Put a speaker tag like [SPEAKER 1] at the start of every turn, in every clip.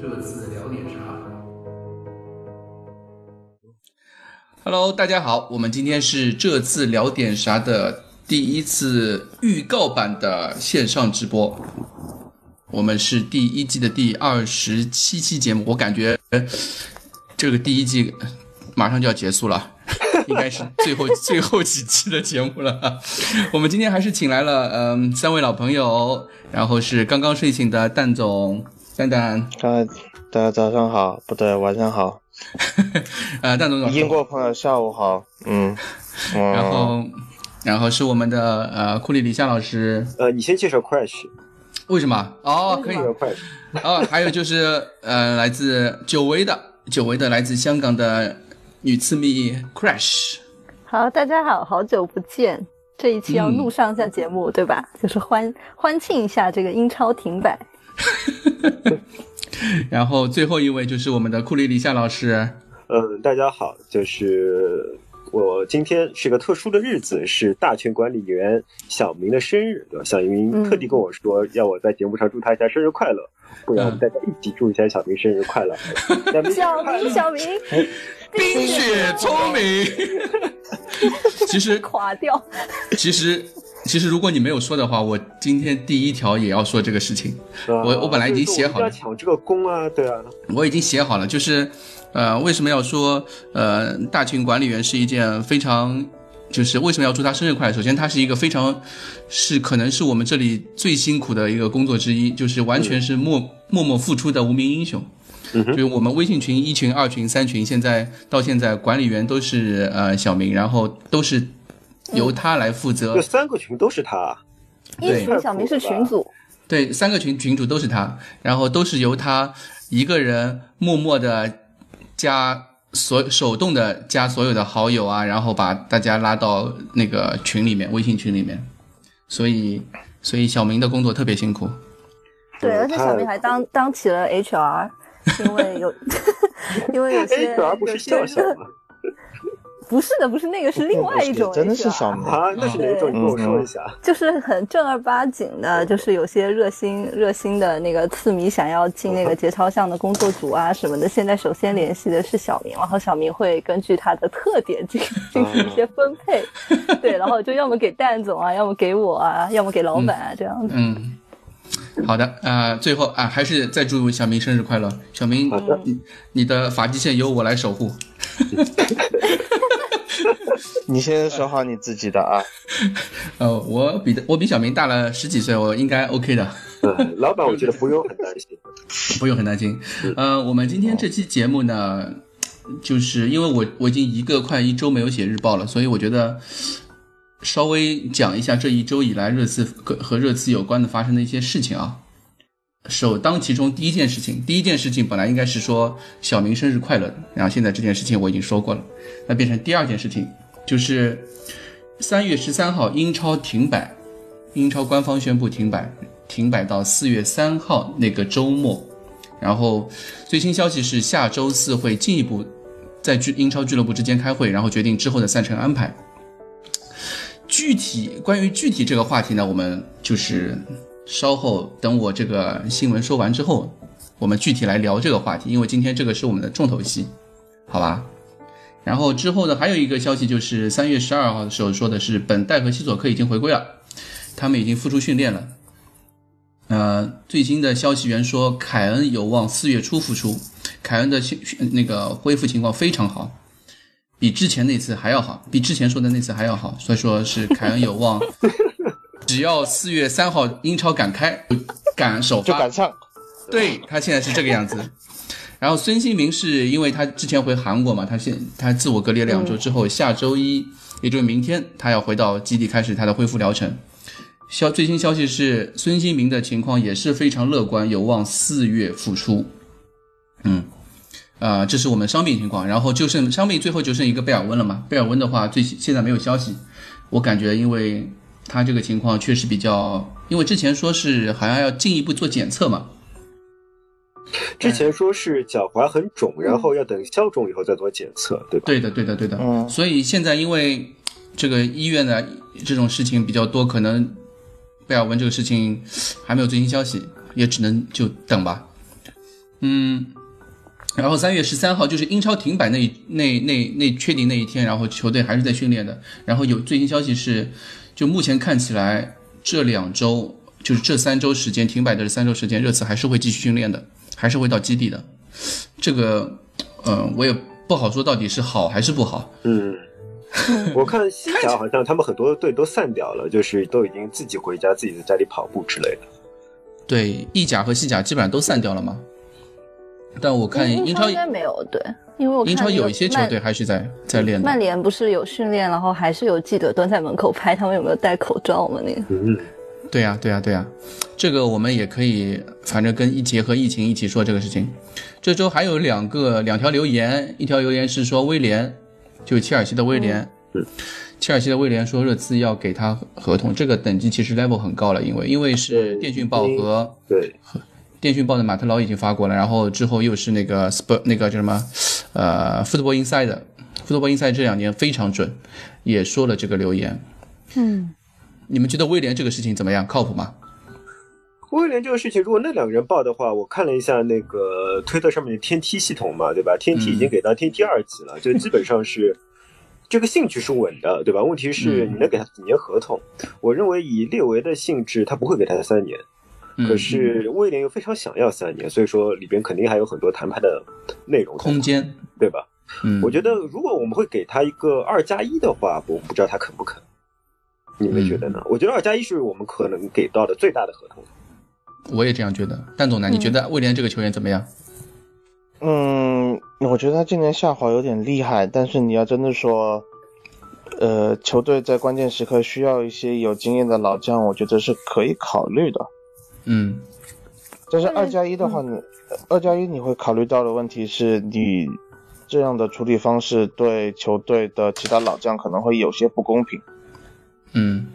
[SPEAKER 1] 这次聊点啥？
[SPEAKER 2] Hello，大家好，我们今天是这次聊点啥的第一次预告版的线上直播。我们是第一季的第二十七期节目，我感觉呃这个第一季呃马上就要结束了， 应该是最后 最后几期的节目了。我们今天还是请来了嗯、三位老朋友，然后是刚刚睡醒的蛋总蛋蛋，
[SPEAKER 3] 大家大家早上好，不对，晚上好。
[SPEAKER 2] 呃蛋总早上
[SPEAKER 3] 英国朋友下午好，嗯，嗯
[SPEAKER 2] 然后，然后是我们的呃库里李夏老师，
[SPEAKER 4] 呃，你先介绍 Crash，
[SPEAKER 2] 为什么？哦，可以
[SPEAKER 4] 介绍 Crash，
[SPEAKER 2] 哦，还有就是呃，来自久违的久违的来自香港的女次密 Crash，
[SPEAKER 5] 好，大家好，好久不见。这一期要
[SPEAKER 2] 嗯
[SPEAKER 5] 录上一下节目，对吧？就是欢欢庆一下这个英超停摆。
[SPEAKER 2] 然后最后一位就是我们的库里李夏老师，
[SPEAKER 4] 呃，大家好，就是我今天是个特殊的日子，是大权管理员小明的生日，对吧？小明
[SPEAKER 5] 嗯
[SPEAKER 4] 特地跟我说，要我在节目上祝他一下生日快乐，不
[SPEAKER 2] 嗯
[SPEAKER 4] 然我们大家一起祝一下小明生日快乐。小明生
[SPEAKER 5] 小
[SPEAKER 4] 日快乐
[SPEAKER 5] 明，小 明，
[SPEAKER 2] 冰雪聪明。 其实，
[SPEAKER 5] 垮掉。
[SPEAKER 2] 其实，其实，如果你没有说的话，我今天第一条也要说这个事情。
[SPEAKER 4] 啊
[SPEAKER 2] 我我本来已经写好了嗯
[SPEAKER 4] 所以说我一定要抢这个功啊，对啊，
[SPEAKER 2] 我已经写好了，就是，呃，为什么要说，呃，大群管理员是一件非常，就是为什么要祝他生日快乐？首先，他是一个非常，是可能是我们这里最辛苦的一个工作之一，就是完全是默、默默付出的无名英雄。
[SPEAKER 4] 嗯哼
[SPEAKER 2] 就是我们微信群一群、二群、三群，现在到现在管理员都是呃小明，然后都是由他来负责。
[SPEAKER 4] 这三个群都是他，啊
[SPEAKER 5] 一
[SPEAKER 2] 对
[SPEAKER 5] 群小明是群主，
[SPEAKER 2] 对，三个群群主都是他，然后都是由他一个人默默的加所手动的加所有的好友啊，然后把大家拉到那个群里面，微信群里面。所以，所以小明的工作特别辛苦。嗯
[SPEAKER 5] 对，而且小明
[SPEAKER 4] 他
[SPEAKER 5] 还当当起了 HR，因为有 因为有些
[SPEAKER 4] HR 哎不是笑笑吗？
[SPEAKER 5] 不是的，不是那个，是另外一种 HR，
[SPEAKER 3] 真的是小明，
[SPEAKER 4] 啊，那是
[SPEAKER 2] 嗯
[SPEAKER 4] 哪种？你跟我说一下。
[SPEAKER 5] 就是很正儿八经的，就是有些热心热心的那个刺迷想要进那个节操项的工作组啊什么的，现在首先联系的是小明，然后小明会根据他的特点进进行一些分 配，对，然后就要么给蛋总啊，要么给我啊，要么给老板啊这样子。
[SPEAKER 2] 嗯，好的啊、最后啊、还是再祝小明生日快乐，小明
[SPEAKER 4] 好的，
[SPEAKER 2] 你你的发际线由我来守护。
[SPEAKER 3] 你先说好你自己的啊。
[SPEAKER 2] 呃，我比我比小明大了十几岁，我应该 OK 的。
[SPEAKER 4] 嗯，老板，我觉得不用很担心。
[SPEAKER 2] 不用很担心。呃，我们今天这期节目呢，就是因为我我已经一个快一周没有写日报了，所以我觉得稍微讲一下这一周以来热刺和和热刺有关的发生的一些事情啊。首当其冲，第一件事情，第一件事情本来应该是说小明生日快乐的，然后现在这件事情我已经说过了，那变成第二件事情，就是三月十三号英超停摆，英超官方宣布停摆，停摆到四月三号那个周末。然后最新消息是，下周四会进一步在俱英超俱乐部之间开会，然后决定之后的赛程安排。具体关于具体这个话题呢，我们就是稍后等我这个新闻说完之后，我们具体来聊这个话题，因为今天这个是我们的重头戏，好吧？然后之后呢，还有一个消息就是三月十二号的时候说的是，本戴和西索克已经回归了，他们已经复出训练了。呃，最新的消息源说，凯恩有望四月初复出，凯恩的情绪那个恢复情况非常好，比之前那次还要好，比之前说的那次还要好，所以说是凯恩有望，只要四月三号英超敢开，敢首
[SPEAKER 3] 就
[SPEAKER 2] 发
[SPEAKER 3] 赶上，
[SPEAKER 2] 对他现在是这个样子。然后孙兴民是因为他之前回韩国嘛，他现他自我隔离两周之后，下周一，也就是明天，他要回到基地开始他的恢复疗程。消最新消息是，孙兴民的情况也是非常乐观，有望四月复出。嗯，呃，这是我们伤病情况，然后就剩伤病最后就剩一个贝尔温了嘛。贝尔温的话，最现在没有消息，我感觉因为他这个情况确实比较，因为之前说是好像要进一步做检测嘛，
[SPEAKER 4] 之前说是脚踝很肿，然后要等消肿以后再做检测，对吧？
[SPEAKER 2] 对的，对的，对的。
[SPEAKER 3] 嗯
[SPEAKER 2] 所以现在因为这个医院的这种事情比较多，可能贝尔温这个事情还没有最新消息，也只能就等吧。嗯，然后三月十三号就是英超停摆那一那那那确定那一天，然后球队还是在训练的。然后有最新消息是，就目前看起来这两周就是这三周时间停摆的这三周时间，热刺还是会继续训练的，还是会到基地的。这个，呃，我也不好说到底是好还是不好。
[SPEAKER 4] 嗯，我看西甲好像他们很多队都散掉了，就是都已经自己回家，自己在家里跑步之类的。
[SPEAKER 2] 对，意甲和西甲基本上都散掉了嘛。但我看
[SPEAKER 5] 英
[SPEAKER 2] 英超
[SPEAKER 5] 嗯应该没有对，因为我看
[SPEAKER 2] 英超
[SPEAKER 5] 那个
[SPEAKER 2] 有一些球
[SPEAKER 5] 曼
[SPEAKER 2] 队还是在在练的
[SPEAKER 5] 曼。联不是有训练，然后还是有记者蹲在门口拍他们有没有戴口罩嘛？那个
[SPEAKER 4] 嗯，
[SPEAKER 2] 对呀、对呀、对呀、这个我们也可以，反正跟一结合疫情一起说这个事情。这周还有两个两条留言，一条留言是说威廉，就切尔西的威廉，
[SPEAKER 4] 嗯
[SPEAKER 2] 切尔西的威廉说热刺要给他合同，这个等级其实 level 很高了，因为因为是电讯报和
[SPEAKER 4] 对，
[SPEAKER 2] 电讯报的马特劳已经发过了，然后之后又是那个 Spur 那个叫什么，呃，Football Inside，Football Inside 这两年非常准，也说了这个留言。
[SPEAKER 5] 嗯，
[SPEAKER 2] 你们觉得威廉这个事情怎么样？靠谱吗？
[SPEAKER 4] 威廉这个事情，如果那两个人报的话，我看了一下那个推特上面的天梯系统嘛，对吧？天梯已经
[SPEAKER 2] 嗯
[SPEAKER 4] 给到天梯二级了，就基本上 是这个兴趣是稳的，对吧？问题是
[SPEAKER 2] 嗯
[SPEAKER 4] 你能给他几年合同？我认为以列维的性质，他不会给他三年。
[SPEAKER 2] 嗯
[SPEAKER 4] 可是威廉又非常想要三年，所以说里边肯定还有很多谈判的内容，
[SPEAKER 2] 空，间，
[SPEAKER 4] 对吧？
[SPEAKER 2] 嗯，
[SPEAKER 4] 我觉得如果我们会给他一个二加一的话，我不知道他肯不肯。你们觉得呢？
[SPEAKER 2] 嗯
[SPEAKER 4] 我觉得二加一是我们可能给到的最大的合同。
[SPEAKER 2] 我也这样觉得。蛋总呢？你觉得威廉这个球员怎么样？
[SPEAKER 3] 嗯，我觉得他今年下滑有点厉害，但是你要真的说，呃，球队在关键时刻需要一些有经验的老将，我觉得是可以考虑的。
[SPEAKER 2] 嗯
[SPEAKER 3] 但是二加一的话，
[SPEAKER 5] 嗯
[SPEAKER 3] 你二加一你会考虑到的问题是你这样的处理方式对球队的其他老将可能会有些不公平。
[SPEAKER 2] 嗯，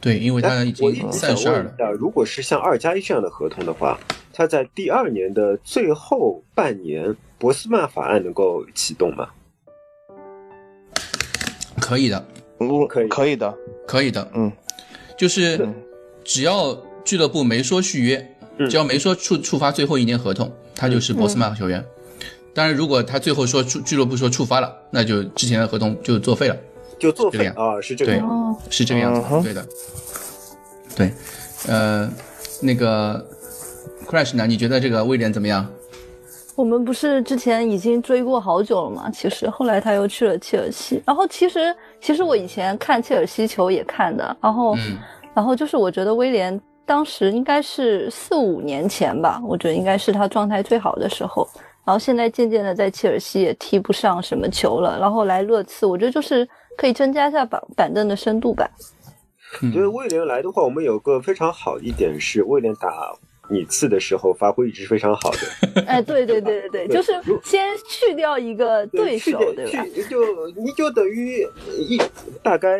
[SPEAKER 2] 对，因为他
[SPEAKER 4] 但
[SPEAKER 2] 已
[SPEAKER 4] 哎我一
[SPEAKER 2] 经
[SPEAKER 4] 直
[SPEAKER 2] 三
[SPEAKER 4] 想
[SPEAKER 2] 十二
[SPEAKER 4] 问一
[SPEAKER 2] 了。
[SPEAKER 4] 下，如果是像二加一这样的合同的话，他在第二年的最后半年，博斯曼法案能够启动吗？
[SPEAKER 2] 可以的，
[SPEAKER 3] 嗯，
[SPEAKER 4] 可以
[SPEAKER 3] 可以的，
[SPEAKER 2] 可以的，
[SPEAKER 3] 嗯，
[SPEAKER 2] 就是
[SPEAKER 3] 嗯
[SPEAKER 2] 只要俱乐部没说续约，
[SPEAKER 4] 嗯
[SPEAKER 2] 只要没说触触发最后一年合同，他就是博斯曼球员。当然，如果他最后说触俱乐部说触发了，那就之前的合同就作废了，
[SPEAKER 4] 就作
[SPEAKER 2] 这
[SPEAKER 4] 废
[SPEAKER 2] 样
[SPEAKER 4] 啊，是这个
[SPEAKER 2] 对
[SPEAKER 4] 样子。
[SPEAKER 5] 哦，
[SPEAKER 2] 是这个样子的。
[SPEAKER 3] 嗯哼
[SPEAKER 2] 对的，对，呃，那个 Crash 呢？你觉得这个威廉怎么样？
[SPEAKER 5] 我们不是之前已经追过好久了嘛？其实后来他又去了切尔西，然后其实其实我以前看切尔西球也看的，然后、
[SPEAKER 2] 嗯
[SPEAKER 5] 然后就是我觉得威廉当时应该是四五年前吧，我觉得应该是他状态最好的时候。然后现在渐渐的在切尔西也踢不上什么球了，然后来热刺，我觉得就是可以增加一下板板凳的深度吧。
[SPEAKER 2] 嗯
[SPEAKER 4] 觉得威廉来的话，我们有个非常好的一点是，威廉打米刺的时候发挥一直非常 好的。
[SPEAKER 5] 哎，对对对对对，就是先去掉一个对手，
[SPEAKER 4] 对
[SPEAKER 5] 对吧？
[SPEAKER 4] 去就你就等于一大概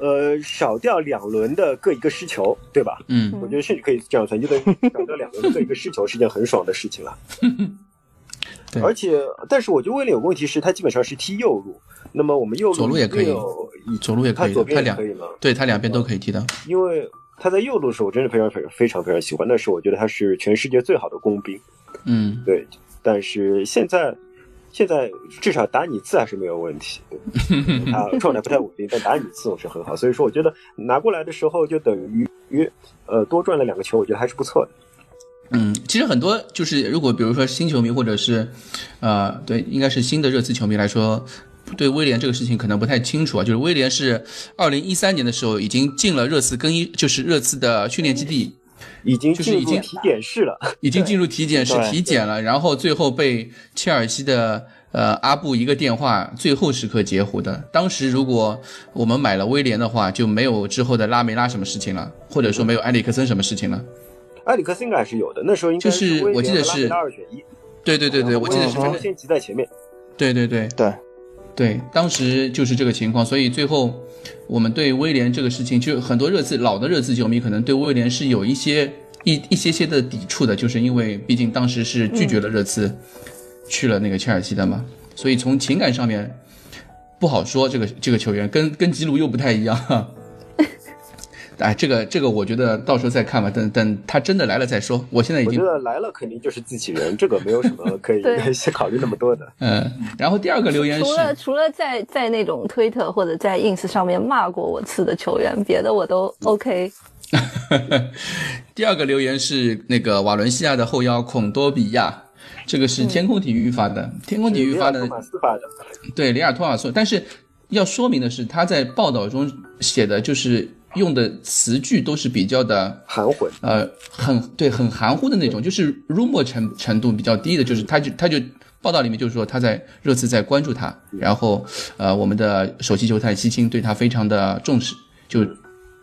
[SPEAKER 4] 呃少掉两轮的各一个失球，对吧？
[SPEAKER 2] 嗯，。
[SPEAKER 4] 我觉得甚至可以这样算，就等于少掉两轮的各一个失球是件很爽的事情了
[SPEAKER 2] 对
[SPEAKER 4] 而且，但是我觉得威廉有个问题是，他基本上是踢右路，那么我们右路
[SPEAKER 2] 左路也可以
[SPEAKER 4] 一定有一
[SPEAKER 2] 左路也可
[SPEAKER 4] 他
[SPEAKER 2] 以
[SPEAKER 4] 左
[SPEAKER 2] 的，他
[SPEAKER 4] 边也
[SPEAKER 2] 两
[SPEAKER 4] 可以吗？
[SPEAKER 2] 对他两边都可以踢的。
[SPEAKER 4] 因为他在右路的时候，我真的非常非常非常非常喜欢，那时候我觉得他是全世界最好的工兵。
[SPEAKER 2] 嗯，
[SPEAKER 4] 对，但是现在现在至少打你字还是没有问题。 对他状态不太稳定，但打你字我是很好，所以说我觉得拿过来的时候就等于呃多赚了两个球，我觉得还是不错的。
[SPEAKER 2] 嗯，其实很多就是，如果比如说新球迷或者是，呃，对，应该是新的热刺球迷来说，对威廉这个事情可能不太清楚啊。就是威廉是二零一三年的时候已经进了热刺更衣，就是热刺的训练基地，
[SPEAKER 4] 已经
[SPEAKER 2] 就是
[SPEAKER 4] 进
[SPEAKER 2] 已
[SPEAKER 4] 入
[SPEAKER 2] 经
[SPEAKER 4] 体检室了，
[SPEAKER 2] 已经进入体检是
[SPEAKER 3] 对
[SPEAKER 2] 体检了，然后最后被切尔西的呃阿布一个电话，最后时刻截胡的。当时如果我们买了威廉的话，就没有之后的拉梅拉什么事情了，或者说没有埃里克森什么事情了。
[SPEAKER 4] 埃里克森应该还是有的。那时候应该
[SPEAKER 2] 就是
[SPEAKER 4] 威廉
[SPEAKER 2] 我记得
[SPEAKER 4] 和拉
[SPEAKER 2] 是
[SPEAKER 4] 梅拉二选一，
[SPEAKER 2] 对对对对，我记得是这
[SPEAKER 4] 然
[SPEAKER 2] 个
[SPEAKER 4] 后先挤在前面。
[SPEAKER 2] 对对对
[SPEAKER 3] 对，
[SPEAKER 2] 对，当时就是这个情况，所以最后我们对威廉这个事情，就很多热刺老的热刺球迷可能对威廉是有一些一一些些的抵触的，就是因为毕竟当时是拒绝了热刺，去了那个切尔西的嘛，所以从情感上面不好说这个这个球员跟跟吉鲁又不太一样， 哎，这个这个我觉得到时候再看吧，等等他真的来了再说。我现在已
[SPEAKER 4] 我
[SPEAKER 2] 经
[SPEAKER 4] 觉得来了肯定就是自己人，这个没有什么可以
[SPEAKER 5] 对
[SPEAKER 4] 先考虑那么多的。
[SPEAKER 2] 嗯，然后第二个留言
[SPEAKER 5] 除了
[SPEAKER 2] 是，
[SPEAKER 5] 除了在在那种推特或者在 ins 上面骂过我次的球员，别的我都
[SPEAKER 2] 嗯
[SPEAKER 5] OK。
[SPEAKER 2] 第二个留言是那个瓦伦西亚的后腰孔多比亚，这个是天空体育发
[SPEAKER 4] 嗯
[SPEAKER 2] 的，天空体育发的
[SPEAKER 4] 托马斯发的，
[SPEAKER 2] 对里尔托瓦索，但是要说明的是，他在报道中写的就是用的词句都是比较的
[SPEAKER 4] 含混。
[SPEAKER 2] 呃，很对，很含糊的那种，就是 rumor 程程度比较低的，就是他就他就报道里面就是说他在热刺在关注他，然后呃，我们的首席球探西青对他非常的重视，就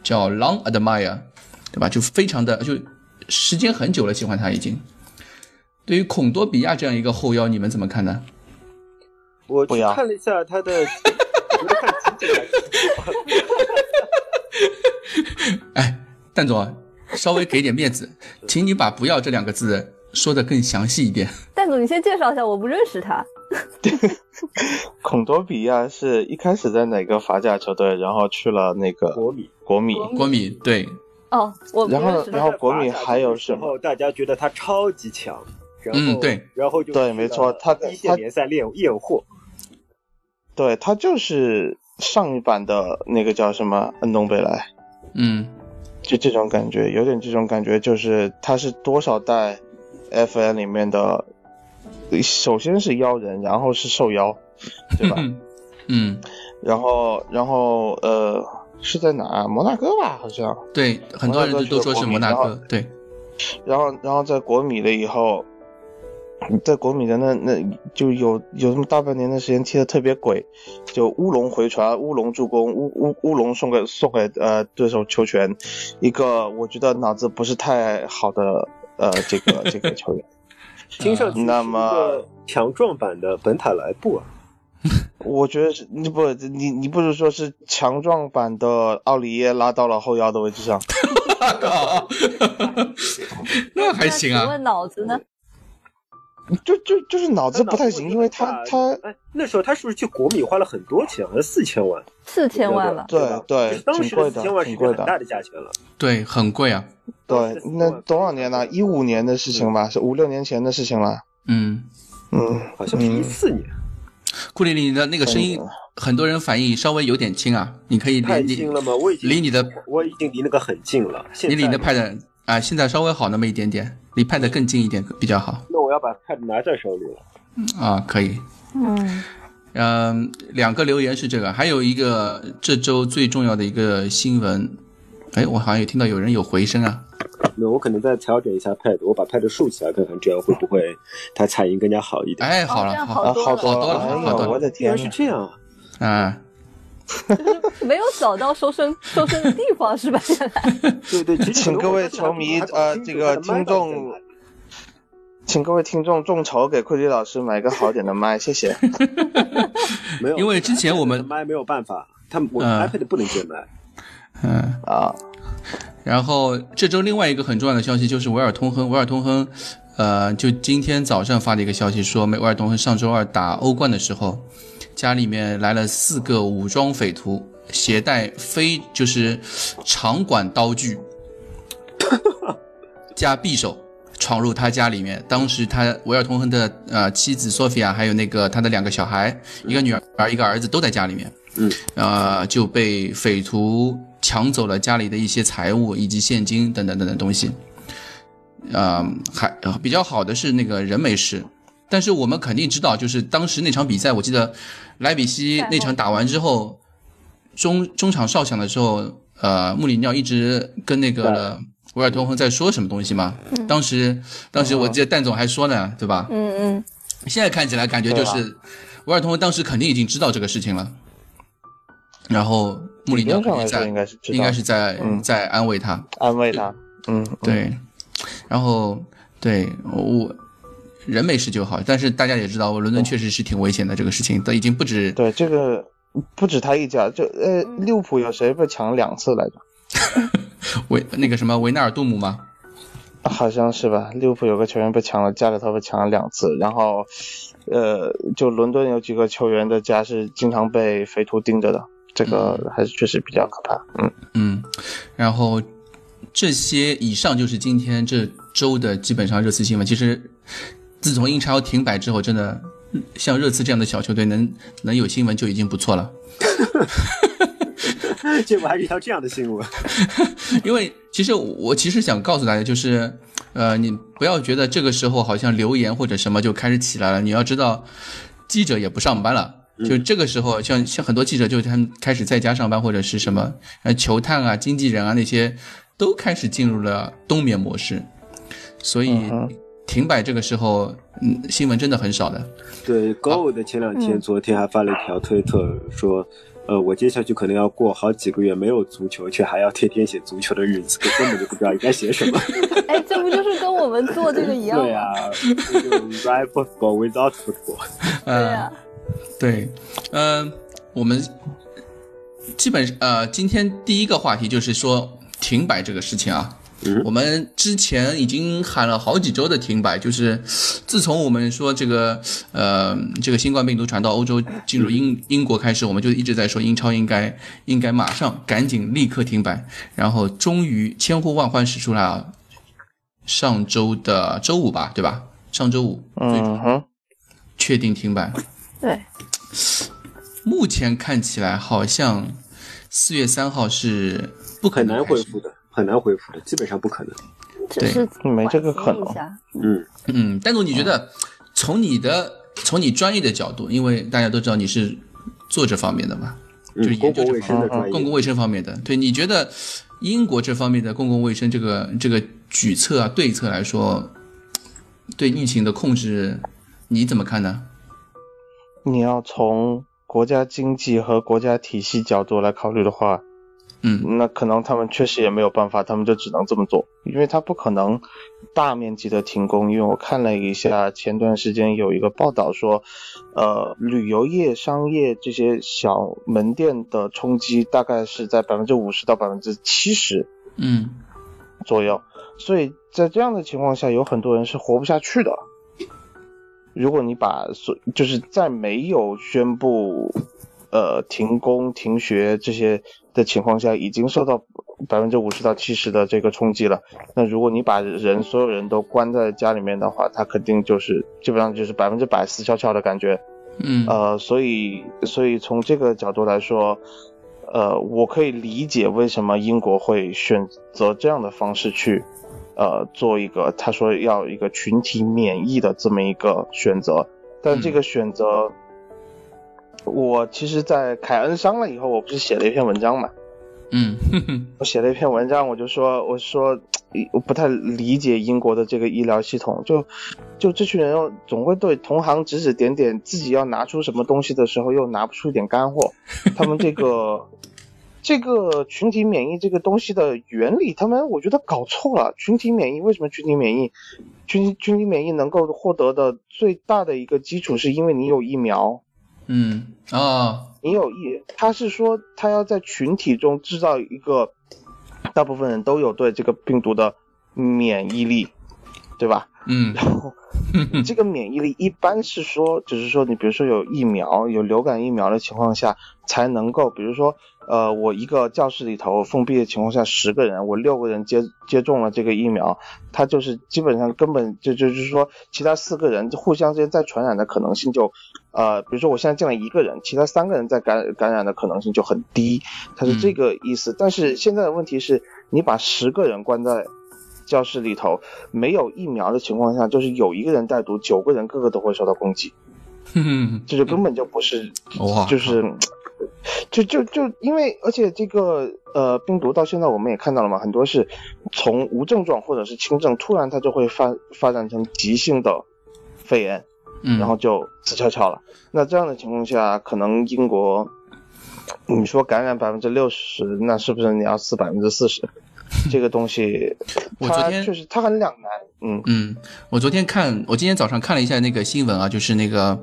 [SPEAKER 2] 叫 long admire，对吧？就非常的就时间很久了，喜欢他已经。对于孔多比亚这样一个后腰，你们怎么看呢？
[SPEAKER 4] 我
[SPEAKER 3] 不
[SPEAKER 4] 去
[SPEAKER 3] 要
[SPEAKER 4] 看了一下他的，我觉得看集锦还是
[SPEAKER 2] 哎，蛋总啊，稍微给点面子，请你把“不要”这两个字说的更详细一点。
[SPEAKER 5] 蛋总，你先介绍一下，我不认识他。
[SPEAKER 3] 孔多比亚是一开始在哪个法甲球队，然后去了那个
[SPEAKER 4] 国米。
[SPEAKER 3] 国米，
[SPEAKER 2] 国米对，
[SPEAKER 5] 哦，我不
[SPEAKER 3] 然后
[SPEAKER 5] 认识
[SPEAKER 3] 然
[SPEAKER 5] 他。
[SPEAKER 3] 后国米还有什
[SPEAKER 4] 时
[SPEAKER 3] 么？
[SPEAKER 4] 候大家觉得他超级强，然后
[SPEAKER 2] 嗯对，
[SPEAKER 4] 然后就
[SPEAKER 3] 对
[SPEAKER 4] 去了
[SPEAKER 3] 没错他
[SPEAKER 4] 一线
[SPEAKER 3] 他
[SPEAKER 4] 联赛猎验货，
[SPEAKER 3] 对他就是上一版的那个叫什么恩东贝莱，
[SPEAKER 2] 嗯。
[SPEAKER 3] 就这种感觉，有点这种感觉，就是他是多少代 FN 里面的，首先是妖人，然后是受妖，对吧？
[SPEAKER 2] 嗯嗯，
[SPEAKER 3] 然后然后呃是在哪儿？摩纳哥吧，好像。
[SPEAKER 2] 对，很多人都都说是摩纳
[SPEAKER 3] 摩纳
[SPEAKER 2] 哥
[SPEAKER 3] 哥，
[SPEAKER 2] 对，
[SPEAKER 3] 然后然后在国米了以后，在国米的那那就有有这么大半年的时间踢得特别鬼，就乌龙回传、乌龙助攻、乌乌乌龙送给送给呃对手球权，一个我觉得脑子不是太好的呃这个这 个球员，
[SPEAKER 4] 听上去是一
[SPEAKER 3] 嗯那么
[SPEAKER 4] 个强壮版的本塔莱布啊，
[SPEAKER 3] 我觉得是你不你你不如说是强壮版的奥里耶拉到了后腰的位置上，
[SPEAKER 2] 那还行
[SPEAKER 5] 那请
[SPEAKER 2] 啊。
[SPEAKER 5] 问脑子呢？
[SPEAKER 3] 就就就是脑子不太行，因为他他
[SPEAKER 4] 哎那时候他是不是去国米花了很多钱，好像四千万，
[SPEAKER 5] 四千万吧。
[SPEAKER 3] 对
[SPEAKER 4] 吧
[SPEAKER 3] 对
[SPEAKER 4] 就是当时
[SPEAKER 3] 挺贵
[SPEAKER 4] 的
[SPEAKER 3] 的
[SPEAKER 4] 四千万是一个
[SPEAKER 3] 挺
[SPEAKER 4] 很
[SPEAKER 3] 贵的
[SPEAKER 4] 大的价钱了，
[SPEAKER 2] 对，很贵啊。
[SPEAKER 3] 对那多少年了？一五年的事情吧，是五六年前的事情了，
[SPEAKER 2] 嗯，
[SPEAKER 3] 嗯。
[SPEAKER 4] 好像是一四年，
[SPEAKER 2] 库里，你的那个声音
[SPEAKER 3] 嗯，
[SPEAKER 2] 很多人反应稍微有点轻啊，你可以
[SPEAKER 4] 太
[SPEAKER 2] 离你
[SPEAKER 4] 近了吗？我已经
[SPEAKER 2] 离你的
[SPEAKER 4] 我已经离那个很近了，现
[SPEAKER 2] 你
[SPEAKER 4] 在
[SPEAKER 2] 离你的 pad 啊，现在稍微好那么一点点，离 pad 更近一点比较好
[SPEAKER 4] 那我要把 pad 拿在手里了。
[SPEAKER 2] 啊，可以。
[SPEAKER 5] 嗯，
[SPEAKER 2] 嗯，两个留言是这个，还有一个这周最重要的一个新闻，哎，我好像有听到有人有回声啊，
[SPEAKER 4] 那我可能再调整一下 pad，我把 pad 竖起来看看，这样会不会它采音更加好一点？
[SPEAKER 2] 哎，好
[SPEAKER 5] 哦这
[SPEAKER 2] 了，
[SPEAKER 5] 样
[SPEAKER 2] 好
[SPEAKER 3] 啊，
[SPEAKER 2] 了
[SPEAKER 3] 好
[SPEAKER 5] 多
[SPEAKER 2] 了
[SPEAKER 3] 了，
[SPEAKER 2] 好多了好
[SPEAKER 3] 哎
[SPEAKER 2] 多
[SPEAKER 3] 呦，
[SPEAKER 2] 了
[SPEAKER 3] 我的
[SPEAKER 4] 竟
[SPEAKER 3] 天
[SPEAKER 4] 然是
[SPEAKER 3] 呐！
[SPEAKER 4] 这样啊！
[SPEAKER 2] 啊，
[SPEAKER 5] 没有找到收声收声的地方是吧？
[SPEAKER 4] 对对，其实
[SPEAKER 3] 请
[SPEAKER 4] 可能
[SPEAKER 3] 各
[SPEAKER 4] 我
[SPEAKER 3] 位
[SPEAKER 4] 当时
[SPEAKER 3] 球迷
[SPEAKER 4] 还不
[SPEAKER 3] 呃
[SPEAKER 4] 清楚
[SPEAKER 3] 这个
[SPEAKER 4] 它的麦
[SPEAKER 3] 听
[SPEAKER 4] 到底在
[SPEAKER 3] 众
[SPEAKER 4] 哪里
[SPEAKER 3] 请各位听众众筹给库里老师买个好点的麦，谢谢。
[SPEAKER 4] 没有，
[SPEAKER 2] 因为之前我们
[SPEAKER 4] 麦没有办法，他们我
[SPEAKER 2] 嗯
[SPEAKER 4] iPad 不能接麦。
[SPEAKER 2] 嗯。
[SPEAKER 3] 啊，
[SPEAKER 2] 然后这周另外一个很重要的消息就是维尔通亨，维尔通亨，呃，就今天早上发了一个消息说，维尔通亨上周二打欧冠的时候，家里面来了四个武装匪徒，携带非就是长管刀具加匕首。闯入他家里面，当时他维尔通亨的呃妻子索菲亚，还有那个他的两个小孩，一个女儿，一个儿子都在家里面。呃，就被匪徒抢走了家里的一些财物以及现金等等等等东西。呃，还呃比较好的是那个人没事，但是我们肯定知道，就是当时那场比赛，我记得莱比锡那场打完之后，中中场哨响的时候，呃，穆里尼奥一直跟那个维尔通亨在说什么东西嘛。当时当时我记得蛋总还说呢，对吧？
[SPEAKER 5] 嗯嗯，
[SPEAKER 2] 现在看起来感觉就
[SPEAKER 3] 对
[SPEAKER 2] 是维尔通当时肯定已经知道这个事情了，然后穆里尼奥
[SPEAKER 3] 边
[SPEAKER 2] 肯
[SPEAKER 3] 上
[SPEAKER 2] 定
[SPEAKER 3] 来说
[SPEAKER 2] 在
[SPEAKER 3] 应该是知道，
[SPEAKER 2] 应该是在
[SPEAKER 3] 嗯
[SPEAKER 2] 在安慰他，
[SPEAKER 3] 安慰他。嗯，嗯，
[SPEAKER 2] 对，然后对我人没事就好，但是大家也知道，伦敦确实是挺危险的这个事情，都已经不止
[SPEAKER 3] 对，这个不止他一家，就呃，利物浦有谁被抢两次来着？
[SPEAKER 2] 维那个什么维纳尔杜姆嘛，
[SPEAKER 3] 好像是吧，利物浦有个球员被抢了，家里头被抢了两次，然后，呃，就伦敦有几个球员的家是经常被匪徒盯着的，这个还是确实比较可怕。嗯，
[SPEAKER 2] 嗯，然后这些以上就是今天这周的基本上热刺新闻。其实自从英超停摆之后，真的像热刺这样的小球队能能有新闻就已经不错了。
[SPEAKER 4] 结果还是一条这样的新闻。
[SPEAKER 2] 因为其实我我其实想告诉大家，就是，呃，你不要觉得这个时候好像留言或者什么就开始起来了，你要知道，记者也不上班了。
[SPEAKER 3] 嗯
[SPEAKER 2] 就这个时候，像像很多记者，就他们开始在家上班或者是什么，呃，球探啊、经纪人啊那些，都开始进入了冬眠模式，所以
[SPEAKER 3] 嗯哼
[SPEAKER 2] 停摆这个时候，嗯，新闻真的很少的。
[SPEAKER 4] 对，Gold 前两天、
[SPEAKER 5] 嗯
[SPEAKER 4] 昨天还发了一条推特说，呃，我接下去可能要过好几个月没有足球，却还要天天写足球的日子，我根本就不知道应该写什么。
[SPEAKER 5] 哎，这不就是跟我们做这个一样吗？
[SPEAKER 4] 对啊，Right football without football。
[SPEAKER 5] 对啊
[SPEAKER 2] 呃，
[SPEAKER 5] 呀
[SPEAKER 2] 对，嗯，我们基本上呃，今天第一个话题就是说停摆这个事情啊。
[SPEAKER 4] 嗯
[SPEAKER 2] 我们之前已经喊了好几周的停摆，就是自从我们说这个呃这个新冠病毒传到欧洲进入英英国开始，我们就一直在说英超应该应该马上赶紧立刻停摆，然后终于千呼万唤始出来啊，上周的周五吧，对吧？上周五最终
[SPEAKER 3] 嗯哼，
[SPEAKER 2] 确定停摆，
[SPEAKER 5] 对，
[SPEAKER 2] 目前看起来好像四月三号是不可
[SPEAKER 4] 很
[SPEAKER 2] 能
[SPEAKER 4] 难恢
[SPEAKER 2] 开始
[SPEAKER 4] 复的，很难恢复的，基本上不可能。
[SPEAKER 5] 只是
[SPEAKER 3] 没这个可
[SPEAKER 5] 缓
[SPEAKER 3] 能
[SPEAKER 5] 和一下。
[SPEAKER 4] 嗯，
[SPEAKER 2] 嗯，丹总，你觉得从你的从你专业的角度，因为大家都知道你是做这方面的嘛，就
[SPEAKER 4] 嗯，
[SPEAKER 2] 研
[SPEAKER 4] 公
[SPEAKER 2] 究
[SPEAKER 4] 共
[SPEAKER 2] 这
[SPEAKER 4] 卫生的专业，
[SPEAKER 2] 公共卫生方面的，对，你觉得英国这方面的公共卫生这个这个举措啊对策来说，对疫情的控制你怎么看呢？
[SPEAKER 3] 你要从国家经济和国家体系角度来考虑的话，
[SPEAKER 2] 嗯
[SPEAKER 3] 那可能他们确实也没有办法，他们就只能这么做，因为他不可能大面积的停工。因为我看了一下，前段时间有一个报道说，呃，旅游业、商业这些小门店的冲击大概是在百分之五十到百分之七十
[SPEAKER 2] 嗯
[SPEAKER 3] 左右，所以在这样的情况下，有很多人是活不下去的。如果你把所就是在没有宣布呃停工、停学这些的情况下，已经受到百分之五十到七十的这个冲击了，那如果你把人所有人都关在家里面的话，他肯定就是基本上就是百分之百死翘翘的感觉。
[SPEAKER 2] 嗯
[SPEAKER 3] 呃，所以所以从这个角度来说，呃，我可以理解为什么英国会选择这样的方式去，呃，做一个他说要一个群体免疫的这么一个选择，但这个选择，我其实，在凯恩伤了以后，我不是写了一篇文章嘛，
[SPEAKER 2] 嗯哼哼
[SPEAKER 3] 我写了一篇文章，我就说，我说我不太理解英国的这个医疗系统，就就这群人又总会对同行指指点点，自己要拿出什么东西的时候又拿不出一点干货，他们这个这个群体免疫这个东西的原理，他们我觉得搞错了。群体免疫为什么群体免疫？群群体免疫能够获得的最大的一个基础，是因为你有疫苗，
[SPEAKER 2] 嗯哦
[SPEAKER 3] 你有意，他是说他要在群体中制造一个大部分人都有对这个病毒的免疫力，对吧？
[SPEAKER 2] 嗯
[SPEAKER 3] 这个免疫力一般是说，只是说你比如说有疫苗、有流感疫苗的情况下，才能够，比如说，呃，我一个教室里头封闭的情况下，十个人，我六个人接接种了这个疫苗，它就是基本上根本就就就是说，其他四个人互相之间再传染的可能性就，呃，比如说我现在进来一个人，其他三个人再感感染的可能性就很低，它是这个意思。但是现在的问题是，你把十个人关在教室里头，没有疫苗的情况下，就是有一个人带毒，九个人个个都会受到攻击，
[SPEAKER 2] 哼哼
[SPEAKER 3] 这就根本就不是，
[SPEAKER 2] 哼嗯哇
[SPEAKER 3] 就是，就就就因为，而且这个呃病毒到现在我们也看到了嘛，很多是从无症状或者是轻症，突然它就会发发展成急性的肺炎，
[SPEAKER 2] 嗯
[SPEAKER 3] 然后就死翘翘了。那这样的情况下，可能英国，你说感染百分之六十，那是不是你要死百分之四十？这个东西，
[SPEAKER 2] 我昨
[SPEAKER 3] 它
[SPEAKER 2] 天
[SPEAKER 3] 确实它很两难。嗯
[SPEAKER 2] 嗯，我昨天看，我今天早上看了一下那个新闻啊，就是那个，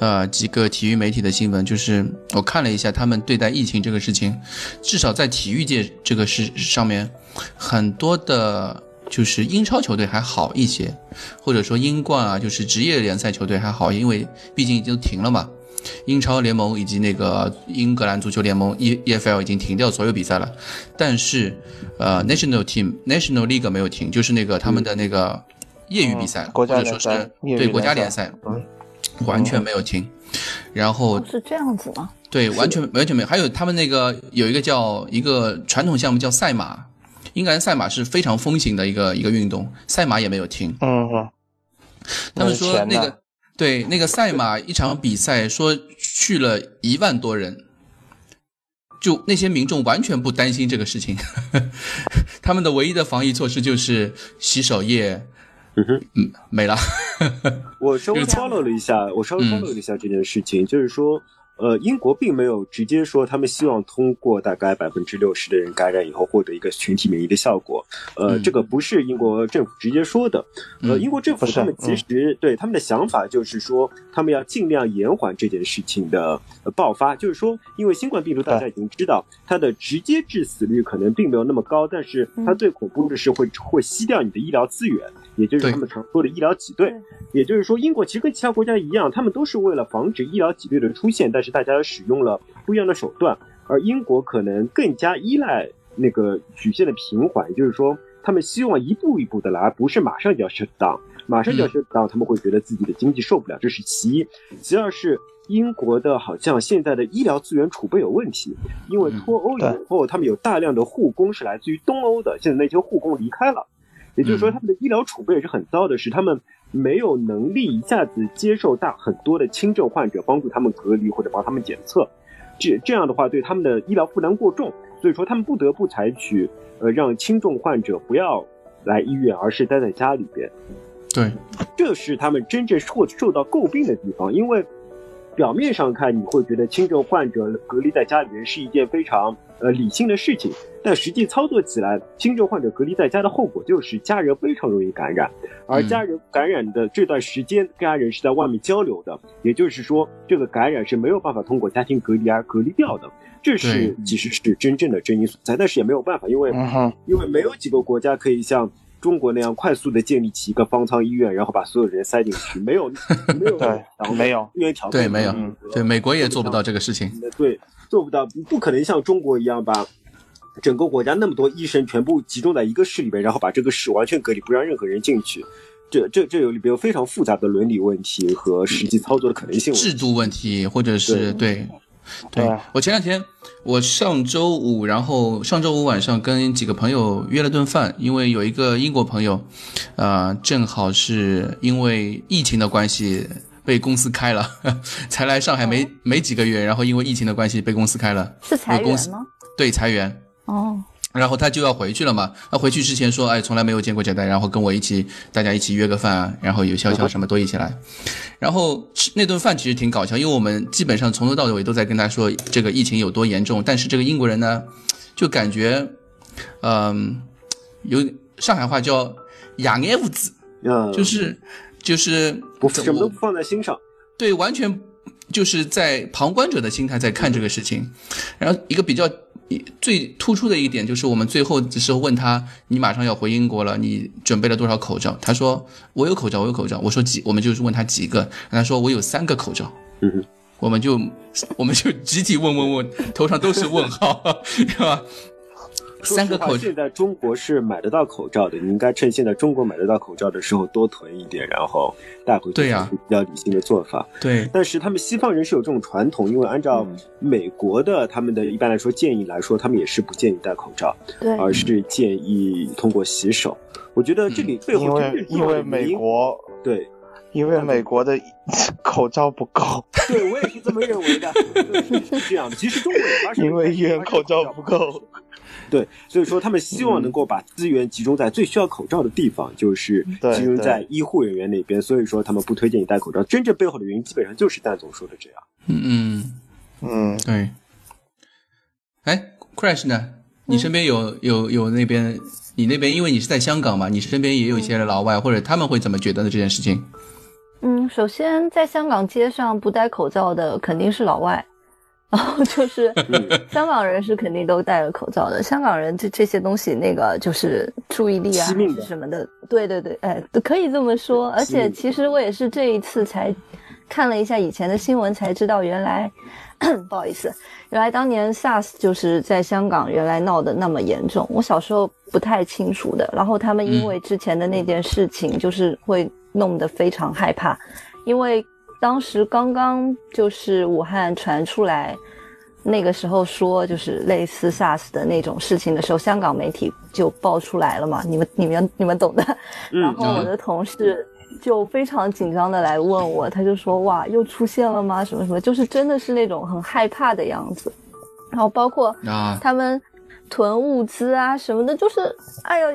[SPEAKER 2] 呃，几个体育媒体的新闻，就是我看了一下他们对待疫情这个事情，至少在体育界这个事上面，很多的，就是英超球队还好一些，或者说英冠啊，就是职业联赛球队还好，因为毕竟已经停了嘛。英超联盟以及那个英格兰足球联盟 E E F L 已经停掉所有比赛了，但是呃 National Team National League 没有停，就是那个他们的那个业余比赛，
[SPEAKER 3] 嗯国家
[SPEAKER 2] 或者
[SPEAKER 3] 联
[SPEAKER 2] 说
[SPEAKER 3] 赛
[SPEAKER 2] 是
[SPEAKER 3] 业余
[SPEAKER 2] 对
[SPEAKER 3] 联
[SPEAKER 2] 国家
[SPEAKER 3] 赛
[SPEAKER 2] 联赛
[SPEAKER 3] 嗯，
[SPEAKER 2] 完全没有停。然后
[SPEAKER 5] 是这样子吗？
[SPEAKER 2] 对，完全完全没有。还有他们那个有一个叫一个传统项目叫赛马，英格兰赛马是非常风行的一个一个运动，赛马也没有停。
[SPEAKER 3] 嗯嗯，
[SPEAKER 2] 他们
[SPEAKER 3] 是
[SPEAKER 2] 说
[SPEAKER 3] 钱
[SPEAKER 2] 那
[SPEAKER 3] 呐
[SPEAKER 2] 个对那个赛马一场比赛说去了一万多人，就那些民众完全不担心这个事情， 他们的唯一的防疫措施就是洗手液，
[SPEAKER 4] 嗯哼，
[SPEAKER 2] 嗯，没了。
[SPEAKER 4] 我稍微 follow 了一下，我稍微
[SPEAKER 2] 嗯
[SPEAKER 4] follow 了一下这件事情，就是说，呃，英国并没有直接说他们希望通过大概百分之六十的人感染以后获得一个群体免疫的效果，呃，
[SPEAKER 2] 嗯
[SPEAKER 4] 这个不是英国政府直接说的，呃，
[SPEAKER 2] 嗯
[SPEAKER 4] 英国政府
[SPEAKER 3] 不是
[SPEAKER 4] 他们其
[SPEAKER 3] 嗯
[SPEAKER 4] 实对他们的想法就是说，他们要尽量延缓这件事情的呃爆发，就是说，因为新冠病毒大家已经知道，它的直接致死率可能并没有那么高，但是它
[SPEAKER 5] 嗯
[SPEAKER 4] 最恐怖的是会会吸掉你的医疗资源，也就是
[SPEAKER 2] 对
[SPEAKER 4] 他们常说的医疗挤兑。也就是说，英国其实跟其他国家一样，他们都是为了防止医疗挤兑的出现，但是大家使用了不一样的手段，而英国可能更加依赖那个曲线的平缓，也就是说，他们希望一步一步的来，不是马上就要 shut down，马上就要 shut down，他们会觉得自己的经济受不了，这是其一，其二是。英国的好像现在的医疗资源储备有问题，因为脱欧以
[SPEAKER 3] 嗯
[SPEAKER 4] 后，他们有大量的护工是来自于东欧的，现在那些护工离开了，也就是说，
[SPEAKER 2] 嗯
[SPEAKER 4] 他们的医疗储备是很糟的，是他们没有能力一下子接受大很多的轻症患者，帮助他们隔离或者帮他们检测。这这样的话，对他们的医疗负担过重，所以说他们不得不采取呃让轻重患者不要来医院，而是待在家里边。
[SPEAKER 2] 对，
[SPEAKER 4] 这是他们真正受受到诟病的地方，因为表面上看你会觉得轻症患者隔离在家里面是一件非常呃理性的事情，但实际操作起来，轻症患者隔离在家的后果就是家人非常容易感染，而
[SPEAKER 2] 嗯
[SPEAKER 4] 家人感染的这段时间，家人是在外面交流的，也就是说，这个感染是没有办法通过家庭隔离而隔离掉的。这是其实是真正的争议所在，但是也没有办法，因为
[SPEAKER 3] 嗯哼，
[SPEAKER 4] 因为没有几个国家可以像中国那样快速的建立起一个方舱医院，然后把所有人塞进去，没有没有
[SPEAKER 3] 对没有
[SPEAKER 4] 因为条件
[SPEAKER 2] 对，没有
[SPEAKER 3] 嗯，
[SPEAKER 2] 对，美国也做不到这个事情。
[SPEAKER 4] 对做不到，不可能像中国一样把。整个国家那么多医生全部集中在一个市里面，然后把这个市完全隔离，不让任何人进去，这这这有里边有非常复杂的伦理问题和实际操作的可能性问题。
[SPEAKER 2] 制度问题，或者是对。哎对
[SPEAKER 3] 对啊
[SPEAKER 2] 我前两天，我上周五，然后上周五晚上跟几个朋友约了顿饭，因为有一个英国朋友，呃，正好是因为疫情的关系被公司开了， 才来上海没没几个月，然后因为疫情的关系被公司开了，
[SPEAKER 5] 是裁
[SPEAKER 2] 公
[SPEAKER 5] 员
[SPEAKER 2] 司
[SPEAKER 5] 吗？
[SPEAKER 2] 对裁员，
[SPEAKER 5] 哦，
[SPEAKER 2] 然后他就要回去了嘛。他回去之前说，哎，从来没有见过简单，然后跟我一起，大家一起约个饭啊，然后有潇
[SPEAKER 4] 嗯
[SPEAKER 2] 潇什么都一起来。然后吃那顿饭其实挺搞笑，因为我们基本上从头到尾都在跟他说这个疫情有多严重，但是这个英国人呢，就感觉，嗯、有上海话叫哑眼无子，
[SPEAKER 4] 嗯，
[SPEAKER 2] 就是就是
[SPEAKER 4] 不
[SPEAKER 2] 怎
[SPEAKER 4] 什么都
[SPEAKER 2] 我
[SPEAKER 4] 不放在心上。
[SPEAKER 2] 对，完全就是在旁观者的心态在看这个事情。然后一个比较一最突出的一点就是，我们最后的时候问他：“你马上要回英国了，你准备了多少口罩？”他说：“我有口罩，我有口罩。”我说几，我们就是问他几个，他说：“我有三个口罩。”
[SPEAKER 4] 嗯哼，
[SPEAKER 2] 我们就我们就集体问问问，头上都是问号， 是吧？
[SPEAKER 4] 说
[SPEAKER 2] 三个
[SPEAKER 4] 实话
[SPEAKER 2] 口罩
[SPEAKER 4] 现，在中国是买得到口罩的，你应该趁现在中国买得到口罩的时候多囤一点，然后带回去，
[SPEAKER 2] 对呀
[SPEAKER 4] 是比较理性的做法。
[SPEAKER 2] 对，
[SPEAKER 4] 但是他们西方人是有这种传统，因为按照美国的他们的一般来说建议来说，他们也是不建议戴口罩，
[SPEAKER 5] 对，
[SPEAKER 4] 而是建议通过洗手。我觉得这里背
[SPEAKER 3] 因
[SPEAKER 4] 后真
[SPEAKER 3] 为
[SPEAKER 4] 正
[SPEAKER 3] 因
[SPEAKER 4] 重要的
[SPEAKER 3] 为
[SPEAKER 4] 原
[SPEAKER 3] 美
[SPEAKER 4] 因
[SPEAKER 3] 国，
[SPEAKER 4] 对
[SPEAKER 3] 因为美国
[SPEAKER 2] 嗯
[SPEAKER 3] 的口罩不够，
[SPEAKER 4] 对，我也是这么认为的， 对是这样的。其实中国也发生，
[SPEAKER 3] 因为医院口罩不够。
[SPEAKER 4] 对，所以说他们希望能够把资源集中在最需要口罩的地方，就是
[SPEAKER 3] 对
[SPEAKER 4] 集中
[SPEAKER 3] 对
[SPEAKER 4] 在医护人员那边。所以说他们不推荐你戴口罩，真正背后的原因基本上就是蛋总说的这样。
[SPEAKER 2] 嗯嗯，
[SPEAKER 3] 嗯，
[SPEAKER 2] 对。哎，Crash 呢？
[SPEAKER 5] 嗯
[SPEAKER 2] 你身边有有有那边，你那边因为你是在香港嘛，你身边也有一些老外，或者他们会怎么觉得呢？这件事情？
[SPEAKER 5] 嗯，首先在香港街上不戴口罩的肯定是老外，然后就是
[SPEAKER 4] 嗯
[SPEAKER 5] 香港人是肯定都戴了口罩的。香港人这这些东西，那个就是注意力啊
[SPEAKER 4] 惜命的
[SPEAKER 5] 什么的，对对对，哎，可以这么说。而
[SPEAKER 4] 惜命
[SPEAKER 5] 且
[SPEAKER 4] 的
[SPEAKER 5] 其实我也是这一次才看了一下以前的新闻，才知道原来 不好意思，原来当年 SARS 就是在香港原来闹得那么严重。我小时候不太清楚的，然后他们因为之前的那件事情，就是会弄得非常害怕，因为当时刚刚就是武汉传出来。那个时候说就是类似 SARS 的那种事情的时候，香港媒体就爆出来了嘛，你们你们你们懂的。
[SPEAKER 4] 嗯
[SPEAKER 5] 然后我的同事就非常紧张的来问我，他就说哇又出现了吗？什么什么，就是真的是那种很害怕的样子。然后包括
[SPEAKER 2] 啊，
[SPEAKER 5] 他们囤物资啊什么的，就是哎呀，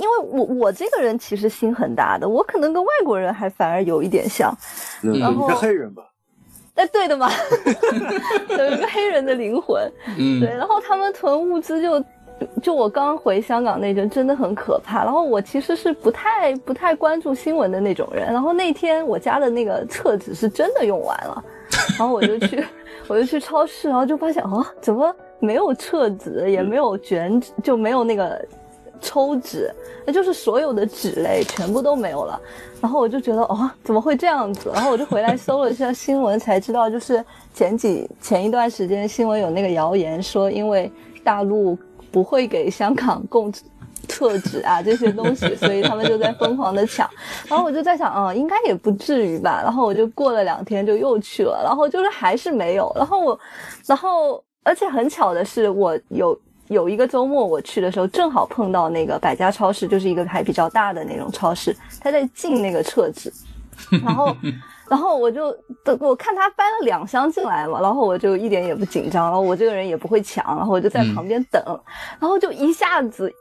[SPEAKER 5] 因为我我这个人其实心很大的，我可能跟外国人还反而有一点像，
[SPEAKER 4] 嗯
[SPEAKER 2] 然
[SPEAKER 4] 你
[SPEAKER 5] 后
[SPEAKER 4] 是黑人吧？
[SPEAKER 5] 哎对的嘛， 有一个黑人的灵魂。对，
[SPEAKER 2] 嗯
[SPEAKER 5] 然后他们囤物资就，就我刚回香港那阵真的很可怕。然后我其实是不太不太关注新闻的那种人。然后那天我家的那个厕纸是真的用完了，然后我就去我就去超市，然后就发现啊，怎么没有厕纸，也没有卷纸，就没有那个抽纸，那就是所有的纸类全部都没有了。然后我就觉得哦，怎么会这样子？然后我就回来搜了一下新闻，才知道就是前几前一段时间新闻有那个谣言说，因为大陆不会给香港供厕纸啊这些东西，所以他们就在疯狂的抢。然后我就在想，啊、应该也不至于吧。然后我就过了两天就又去了，然后就是还是没有。然后我，然后而且很巧的是，我有。有一个周末我去的时候，正好碰到那个百家超市，就是一个还比较大的那种超市，他在进那个厕纸，然后， 然后我就我看他搬了两箱进来嘛，然后我就一点也不紧张，然后我这个人也不会抢，然后我就
[SPEAKER 4] 嗯
[SPEAKER 5] 在旁边等，然后就一下子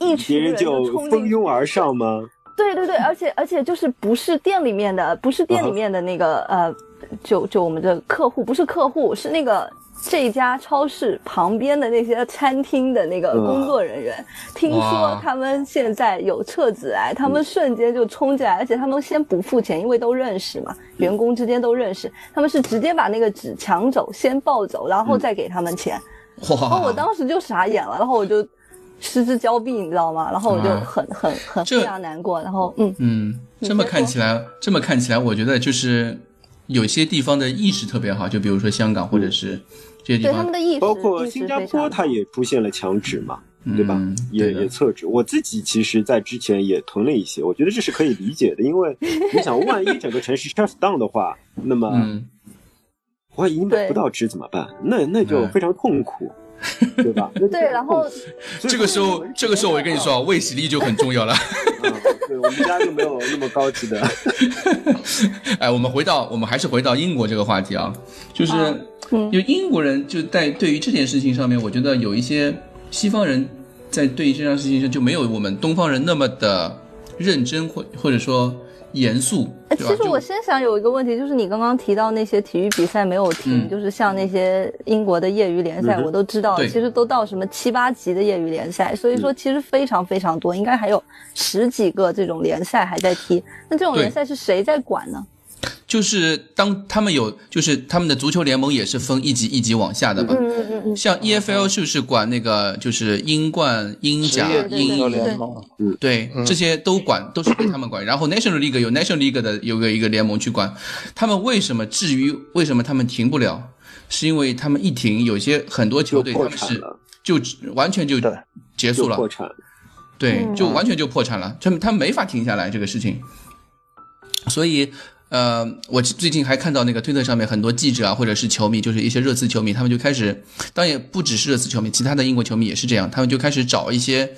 [SPEAKER 5] 一
[SPEAKER 4] 别
[SPEAKER 5] 群
[SPEAKER 4] 人
[SPEAKER 5] 就
[SPEAKER 4] 就
[SPEAKER 5] 冲进
[SPEAKER 4] 蜂拥而上吗？
[SPEAKER 5] 对对对，而且而且就是不是店里面的，不是店
[SPEAKER 2] 嗯
[SPEAKER 5] 里面的那个、呃，就就我们的客户，不是客户，是那个这家超市旁边的那些餐厅的那个
[SPEAKER 4] 嗯
[SPEAKER 5] 工作人员，听说
[SPEAKER 2] 哇嗯
[SPEAKER 5] 他们现在有厕纸癌，他们瞬间就冲进来，而且他们先不付钱，因为都认识嘛，员工之间都认识，他们是直接把那个纸抢走，先抱走，然后再给他们钱。然哦后
[SPEAKER 2] 嗯哇，
[SPEAKER 5] 我当时就傻眼了，然后我就失之交臂，你知道吗？然后我就
[SPEAKER 2] 啊
[SPEAKER 5] 很很很
[SPEAKER 2] 这
[SPEAKER 5] 非常难过，然后嗯。
[SPEAKER 2] 嗯，
[SPEAKER 5] 你
[SPEAKER 2] 这么
[SPEAKER 5] 先
[SPEAKER 2] 看
[SPEAKER 5] 说
[SPEAKER 2] 起来，这么看起来，我觉得就是有些地方的意识特别好，就比如说香港或者是这些地
[SPEAKER 5] 对他
[SPEAKER 2] 方
[SPEAKER 5] 们，的意识，
[SPEAKER 4] 包括
[SPEAKER 5] 意识
[SPEAKER 4] 新加
[SPEAKER 5] 非常
[SPEAKER 4] 坡，它也出现了墙纸嘛，
[SPEAKER 2] 嗯
[SPEAKER 4] 对吧？也
[SPEAKER 2] 对的
[SPEAKER 4] 也厕纸。我自己其实，在之前也囤了一些，我觉得这是可以理解的，因为你想，万一整个城市 shut down 的话，那么
[SPEAKER 2] 嗯，
[SPEAKER 4] 万一买不到纸怎么办？那那就
[SPEAKER 2] 嗯
[SPEAKER 4] 非常痛苦，对吧？那就
[SPEAKER 5] 对，然后
[SPEAKER 2] 这个时候，这个时候我跟你说，胃洗力就很重要了。
[SPEAKER 4] 嗯对我们家就没有那么高级的，
[SPEAKER 2] 哎，我们回到我们还是回到英国这个话题啊，就是
[SPEAKER 5] 啊嗯
[SPEAKER 2] 因为英国人就在对于这件事情上面，我觉得有一些西方人在对于这件事情上就没有我们东方人那么的认真或或者说严肃，
[SPEAKER 5] 呃
[SPEAKER 2] 对
[SPEAKER 5] 其
[SPEAKER 2] 吧？
[SPEAKER 5] 实我
[SPEAKER 2] 就
[SPEAKER 5] 先想有一个问题，就是你刚刚提到那些体育比赛没有停，
[SPEAKER 2] 嗯
[SPEAKER 5] 就是像那些英国的业余联赛，
[SPEAKER 4] 嗯哼
[SPEAKER 5] 我都知道，
[SPEAKER 2] 对
[SPEAKER 5] 其实都到什么七八级的业余联赛，所以说其实非常非常多，应该还有十几个这种联赛还在踢。那这种
[SPEAKER 2] 对
[SPEAKER 5] 联赛是谁在管呢？
[SPEAKER 2] 就是当他们有就是他们的足球联盟也是分一级一级往下的嘛。
[SPEAKER 5] 嗯嗯嗯嗯，
[SPEAKER 2] 像 EFL 就是管那个，就是英冠、英
[SPEAKER 3] 职
[SPEAKER 2] 甲、
[SPEAKER 3] 业
[SPEAKER 5] 对
[SPEAKER 2] 英
[SPEAKER 3] 足球
[SPEAKER 5] 对对
[SPEAKER 3] 联盟，
[SPEAKER 2] 对，
[SPEAKER 4] 嗯
[SPEAKER 2] 这些都管，都是被他们管。然后 National League 有 National League 的有个一个联盟去管，他们为什么至于为什么他们停不了？是因为他们一停，有些很多 球
[SPEAKER 4] 就
[SPEAKER 2] 队他
[SPEAKER 4] 破
[SPEAKER 2] 们
[SPEAKER 4] 产
[SPEAKER 2] 是
[SPEAKER 4] 了，
[SPEAKER 2] 就完全就
[SPEAKER 3] 对
[SPEAKER 2] 结
[SPEAKER 4] 就
[SPEAKER 2] 束了
[SPEAKER 4] 破，产了。
[SPEAKER 2] 对，
[SPEAKER 5] 嗯
[SPEAKER 2] 就完全就破产了，他们他们没法停下来这个事情。所以，呃，我最近还看到那个推特上面很多记者啊，或者是球迷，就是一些热刺球迷，他们就开始，当然也不只是热刺球迷，其他的英国球迷也是这样，他们就开始找一些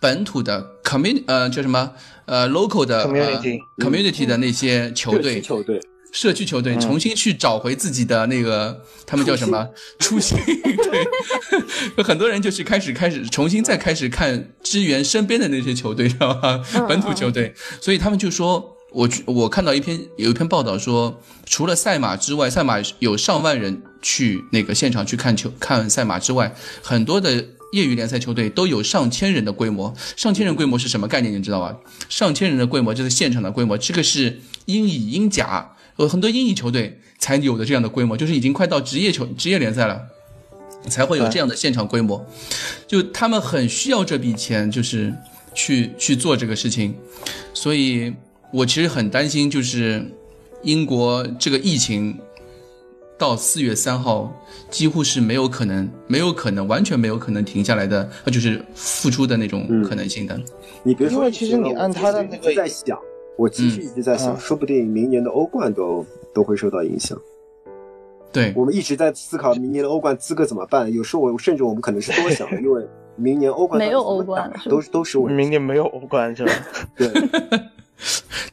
[SPEAKER 2] 本土的 community，呃，叫什么？呃，local 的呃
[SPEAKER 3] Community
[SPEAKER 2] community 的那些球
[SPEAKER 4] 社
[SPEAKER 2] 队
[SPEAKER 4] 区，球队，
[SPEAKER 2] 社区球队重新去找回自己的那个，他们叫什么初心？ 对，有很多人就是开始开始重新再开始看支援身边的那些球队，知 道吧？本土球队，所以他们就说。我我看到一篇有一篇报道说，除了赛马之外，赛马有上万人去那个现场去看球看赛马之外，很多的业余联赛球队都有上千人的规模。上千人规模是什么概念？你知道吧？上千人的规模就是现场的规模，这个是英乙、英甲，有很多英乙球队才有的这样的规模，就是已经快到职业球职业联赛了，才会有这样的现场规模。就他们很需要这笔钱，就是去去做这个事情，所以我其实很担心，就是英国这个疫情到四月三号几乎是没有可能，没有可能，完全没有可能停下来的，呃，就是复出的那种可能性的。
[SPEAKER 4] 你别说
[SPEAKER 3] 因为
[SPEAKER 4] 疫
[SPEAKER 3] 其
[SPEAKER 4] 情了，
[SPEAKER 3] 实你按他的
[SPEAKER 4] 我一
[SPEAKER 3] 那
[SPEAKER 4] 直
[SPEAKER 3] 个
[SPEAKER 4] 在想，我其实一直在想，
[SPEAKER 3] 嗯
[SPEAKER 4] 说不定明年的欧冠都都会受到影响。
[SPEAKER 2] 对，
[SPEAKER 4] 我们一直在思考明年的欧冠资格怎么办。有时候我甚至我们可能是多想了，因为明年欧冠
[SPEAKER 5] 没有
[SPEAKER 4] 到底怎么
[SPEAKER 5] 欧冠
[SPEAKER 4] 打
[SPEAKER 5] 是吧
[SPEAKER 4] 都是都是问题。
[SPEAKER 3] 明年没有欧冠是吧？
[SPEAKER 4] 对，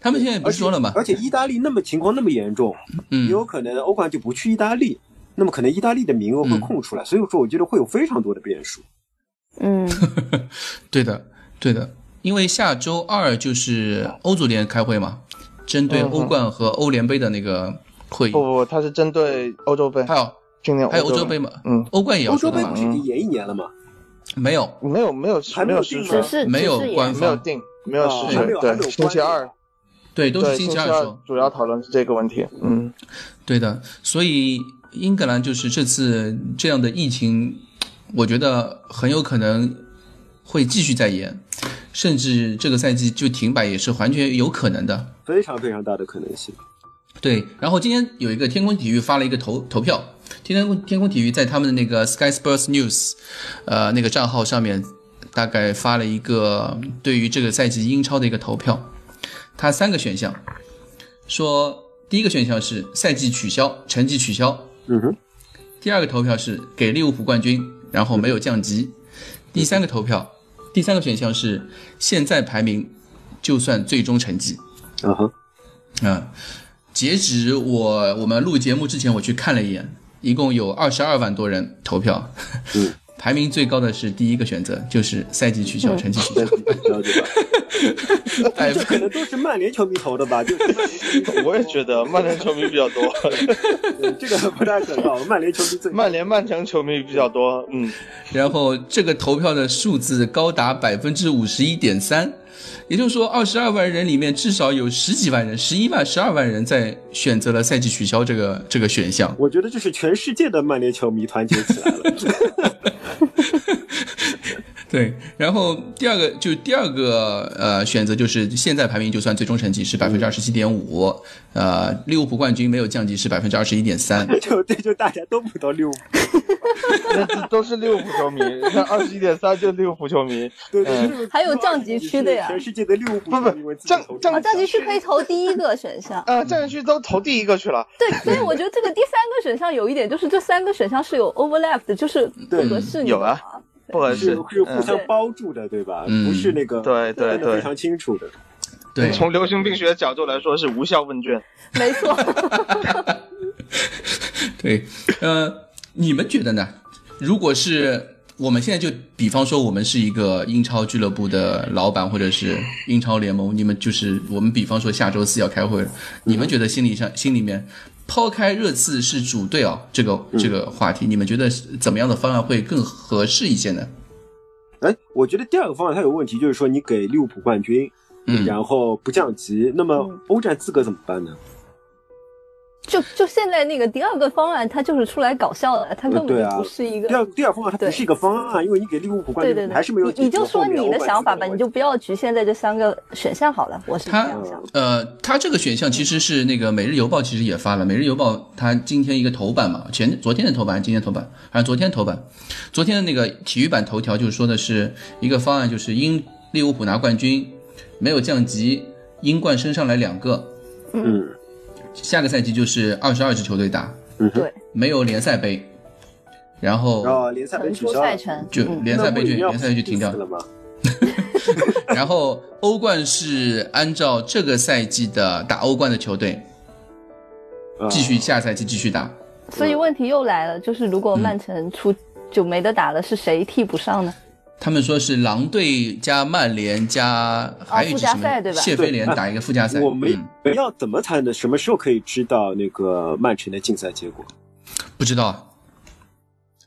[SPEAKER 2] 他们现在不是说了吗？
[SPEAKER 4] 而且意大利那么情况那么严重，也
[SPEAKER 2] 嗯，
[SPEAKER 4] 有可能欧冠就不去意大利，那么可能意大利的名额
[SPEAKER 2] 嗯
[SPEAKER 4] 会空出来，所以说我觉得会有非常多的变数。
[SPEAKER 5] 嗯，
[SPEAKER 2] 对的，对的，因为下周二就是欧足联开会嘛，针对
[SPEAKER 3] 嗯哼
[SPEAKER 2] 欧冠和欧联杯的那个会议，
[SPEAKER 3] 不不不，他是针对欧洲杯，
[SPEAKER 2] 还有
[SPEAKER 3] 今年
[SPEAKER 2] 还有欧洲
[SPEAKER 3] 洲
[SPEAKER 2] 杯嘛，
[SPEAKER 3] 嗯，
[SPEAKER 2] 欧冠也要
[SPEAKER 4] 欧洲
[SPEAKER 2] 说的
[SPEAKER 4] 杯
[SPEAKER 2] 嘛嗯
[SPEAKER 4] 不，是已经延一年了吗？
[SPEAKER 2] 没有，
[SPEAKER 3] 没有没有
[SPEAKER 4] 还没有
[SPEAKER 3] 有实
[SPEAKER 4] 定吗
[SPEAKER 3] 锤
[SPEAKER 5] 只，是
[SPEAKER 2] 没有
[SPEAKER 5] 只是也
[SPEAKER 2] 官
[SPEAKER 3] 没有
[SPEAKER 2] 方，
[SPEAKER 3] 定，没有
[SPEAKER 4] 啊
[SPEAKER 3] 实
[SPEAKER 4] 还没
[SPEAKER 3] 锤
[SPEAKER 4] 有，还没有
[SPEAKER 3] 对，星期
[SPEAKER 4] 关
[SPEAKER 3] 二
[SPEAKER 4] 联，
[SPEAKER 2] 对，都是
[SPEAKER 3] 对，
[SPEAKER 2] 星
[SPEAKER 3] 星
[SPEAKER 2] 期
[SPEAKER 3] 期
[SPEAKER 2] 二
[SPEAKER 3] 二
[SPEAKER 2] 说，
[SPEAKER 3] 主要讨论是这个问题，嗯，
[SPEAKER 2] 对的，所以英格兰就是这次这样的疫情，我觉得很有可能会继续再延，甚至这个赛季就停摆也是完全有可能的。
[SPEAKER 4] 非常非常大的可能性。
[SPEAKER 2] 对，然后今天有一个天空体育发了一个投投票，天空天空体育在他们的那个 Sky Sports News，呃，那个账号上面大概发了一个对于这个赛季英超的一个投票，它三个选项，说第一个选项是赛季取消，成绩取消，
[SPEAKER 4] 嗯哼，
[SPEAKER 2] 第二个投票是给利物浦冠军，然后没有降级。第三个投票，第三个选项是现在排名就算最终成绩
[SPEAKER 4] 啊哈，
[SPEAKER 2] 啊、截止我我们录节目之前，我去看了一眼，一共有二十二万多人投票，
[SPEAKER 4] 嗯
[SPEAKER 2] 排名最高的是第一个选择，就是赛季取消，成绩取 消。
[SPEAKER 4] 了解 吧？
[SPEAKER 2] 哎
[SPEAKER 4] 这可能都是曼联球迷投的吧？就
[SPEAKER 3] 我也觉得曼联球迷比较多，
[SPEAKER 4] 得这个不太可靠。曼联球迷 最
[SPEAKER 3] 曼联、曼城球迷比较多，嗯，
[SPEAKER 2] 然后这个投票的数字高达百分之五十一点三，也就是说，二十二万人里面至少有十几万人，十一万、十二万人在选择了赛季取消这个这个选项。
[SPEAKER 4] 我觉得就是全世界的曼联球迷团结起来了。
[SPEAKER 2] 对，然后第二个就第二个呃选择就是现在排名就算最终成绩是百分之二十七点五，呃，利物浦冠军没有降级是百分之二十一点三。
[SPEAKER 4] 就这就大家都不投利物浦，
[SPEAKER 3] 那这都是利物浦球迷，那二十一点三就是利物浦球迷，
[SPEAKER 4] 对对
[SPEAKER 3] 嗯
[SPEAKER 4] 对，
[SPEAKER 5] 还有降级区的呀
[SPEAKER 4] 全世界的利物浦球迷为自己投
[SPEAKER 3] 不不降。
[SPEAKER 4] 票
[SPEAKER 5] 哦，降级区可以投第一个选项
[SPEAKER 3] 呃，战区都投第一个去了，
[SPEAKER 5] 对，所以我觉得这个第三个选项有一点，就是这三个选项是有 overlap 的，就是不
[SPEAKER 4] 对
[SPEAKER 5] 合适你
[SPEAKER 3] 有
[SPEAKER 5] 的
[SPEAKER 3] 啊
[SPEAKER 5] 嘛。
[SPEAKER 3] 不合
[SPEAKER 4] 是
[SPEAKER 3] 适，
[SPEAKER 4] 是互相
[SPEAKER 5] 嗯
[SPEAKER 4] 包住的，对吧？
[SPEAKER 2] 嗯
[SPEAKER 4] 不是那个
[SPEAKER 3] 对对
[SPEAKER 4] 分得非
[SPEAKER 3] 对
[SPEAKER 4] 常清楚的。
[SPEAKER 2] 对，
[SPEAKER 3] 从流行病学的角度来说是无效问卷，
[SPEAKER 5] 没错，
[SPEAKER 2] 对，呃，你们觉得呢？如果是我们现在就比方说，我们是一个英超俱乐部的老板，或者是英超联盟，你们就是我们比方说下周四要开会了，你们觉得心理上心里面抛开热刺是主队啊这个这个话题，你们觉得是怎么样的方案会更合适一些呢？
[SPEAKER 4] 哎，我觉得第二个方案它有问题，就是说你给利物浦冠军，
[SPEAKER 2] 嗯
[SPEAKER 4] 然后不降级，那么
[SPEAKER 5] 嗯
[SPEAKER 4] 欧战资格怎么办呢？
[SPEAKER 5] 就就现在那个第二个方案，它就是出来搞笑的，它根本
[SPEAKER 4] 对
[SPEAKER 5] 就
[SPEAKER 4] 啊
[SPEAKER 5] 不是一
[SPEAKER 4] 第
[SPEAKER 5] 个
[SPEAKER 4] 二。第二方案它不
[SPEAKER 5] 对
[SPEAKER 4] 是一个方案，因为你给利物浦冠
[SPEAKER 5] 对
[SPEAKER 4] 军，
[SPEAKER 5] 对
[SPEAKER 4] 你
[SPEAKER 5] 对，
[SPEAKER 4] 还是没有
[SPEAKER 5] 你你就说你的想法吧，你
[SPEAKER 4] 解决欧冠资格问题嗯
[SPEAKER 5] 就不要局限在这三个选项好了。我是这
[SPEAKER 2] 他
[SPEAKER 5] 样想的。
[SPEAKER 2] 呃，他这个选项其实是那个《每日邮报》其实也发了，《每日邮报》它今天一个头版嘛，前昨天的头版，今天头版还是昨天头版，昨天的那个体育版头条就是说的是一个方案，就是英利物浦拿冠军，没有降级，英冠升上来两个，
[SPEAKER 4] 嗯
[SPEAKER 2] 下个赛季就是二十二支球队打，
[SPEAKER 4] 嗯哼，
[SPEAKER 5] 对，
[SPEAKER 2] 没有联赛杯，然
[SPEAKER 4] 然
[SPEAKER 2] 后
[SPEAKER 4] 后联赛杯
[SPEAKER 5] 腾
[SPEAKER 4] 取
[SPEAKER 5] 出
[SPEAKER 4] 消了
[SPEAKER 5] 赛，程，
[SPEAKER 2] 就
[SPEAKER 5] 嗯
[SPEAKER 2] 联赛杯就
[SPEAKER 4] 哦那不一样
[SPEAKER 2] 联赛杯就停掉
[SPEAKER 4] 了吗？
[SPEAKER 2] 然后欧冠是按照这个赛季的打欧冠的球队
[SPEAKER 4] 啊
[SPEAKER 2] 继
[SPEAKER 5] 嗯
[SPEAKER 2] 续下赛季继续打，
[SPEAKER 5] 所以问题又来了，就是如
[SPEAKER 2] 嗯
[SPEAKER 5] 果曼城出就没得打了，是谁替补上呢？
[SPEAKER 2] 他们说是狼队加曼联加还有一支
[SPEAKER 5] 啊
[SPEAKER 2] 什么
[SPEAKER 5] 附加赛对吧
[SPEAKER 2] 谢菲联打一个附加赛，
[SPEAKER 4] 我们
[SPEAKER 2] 嗯
[SPEAKER 4] 我们要怎么才能什么时候可以知道那个曼城的竞赛结果？
[SPEAKER 2] 不知道啊，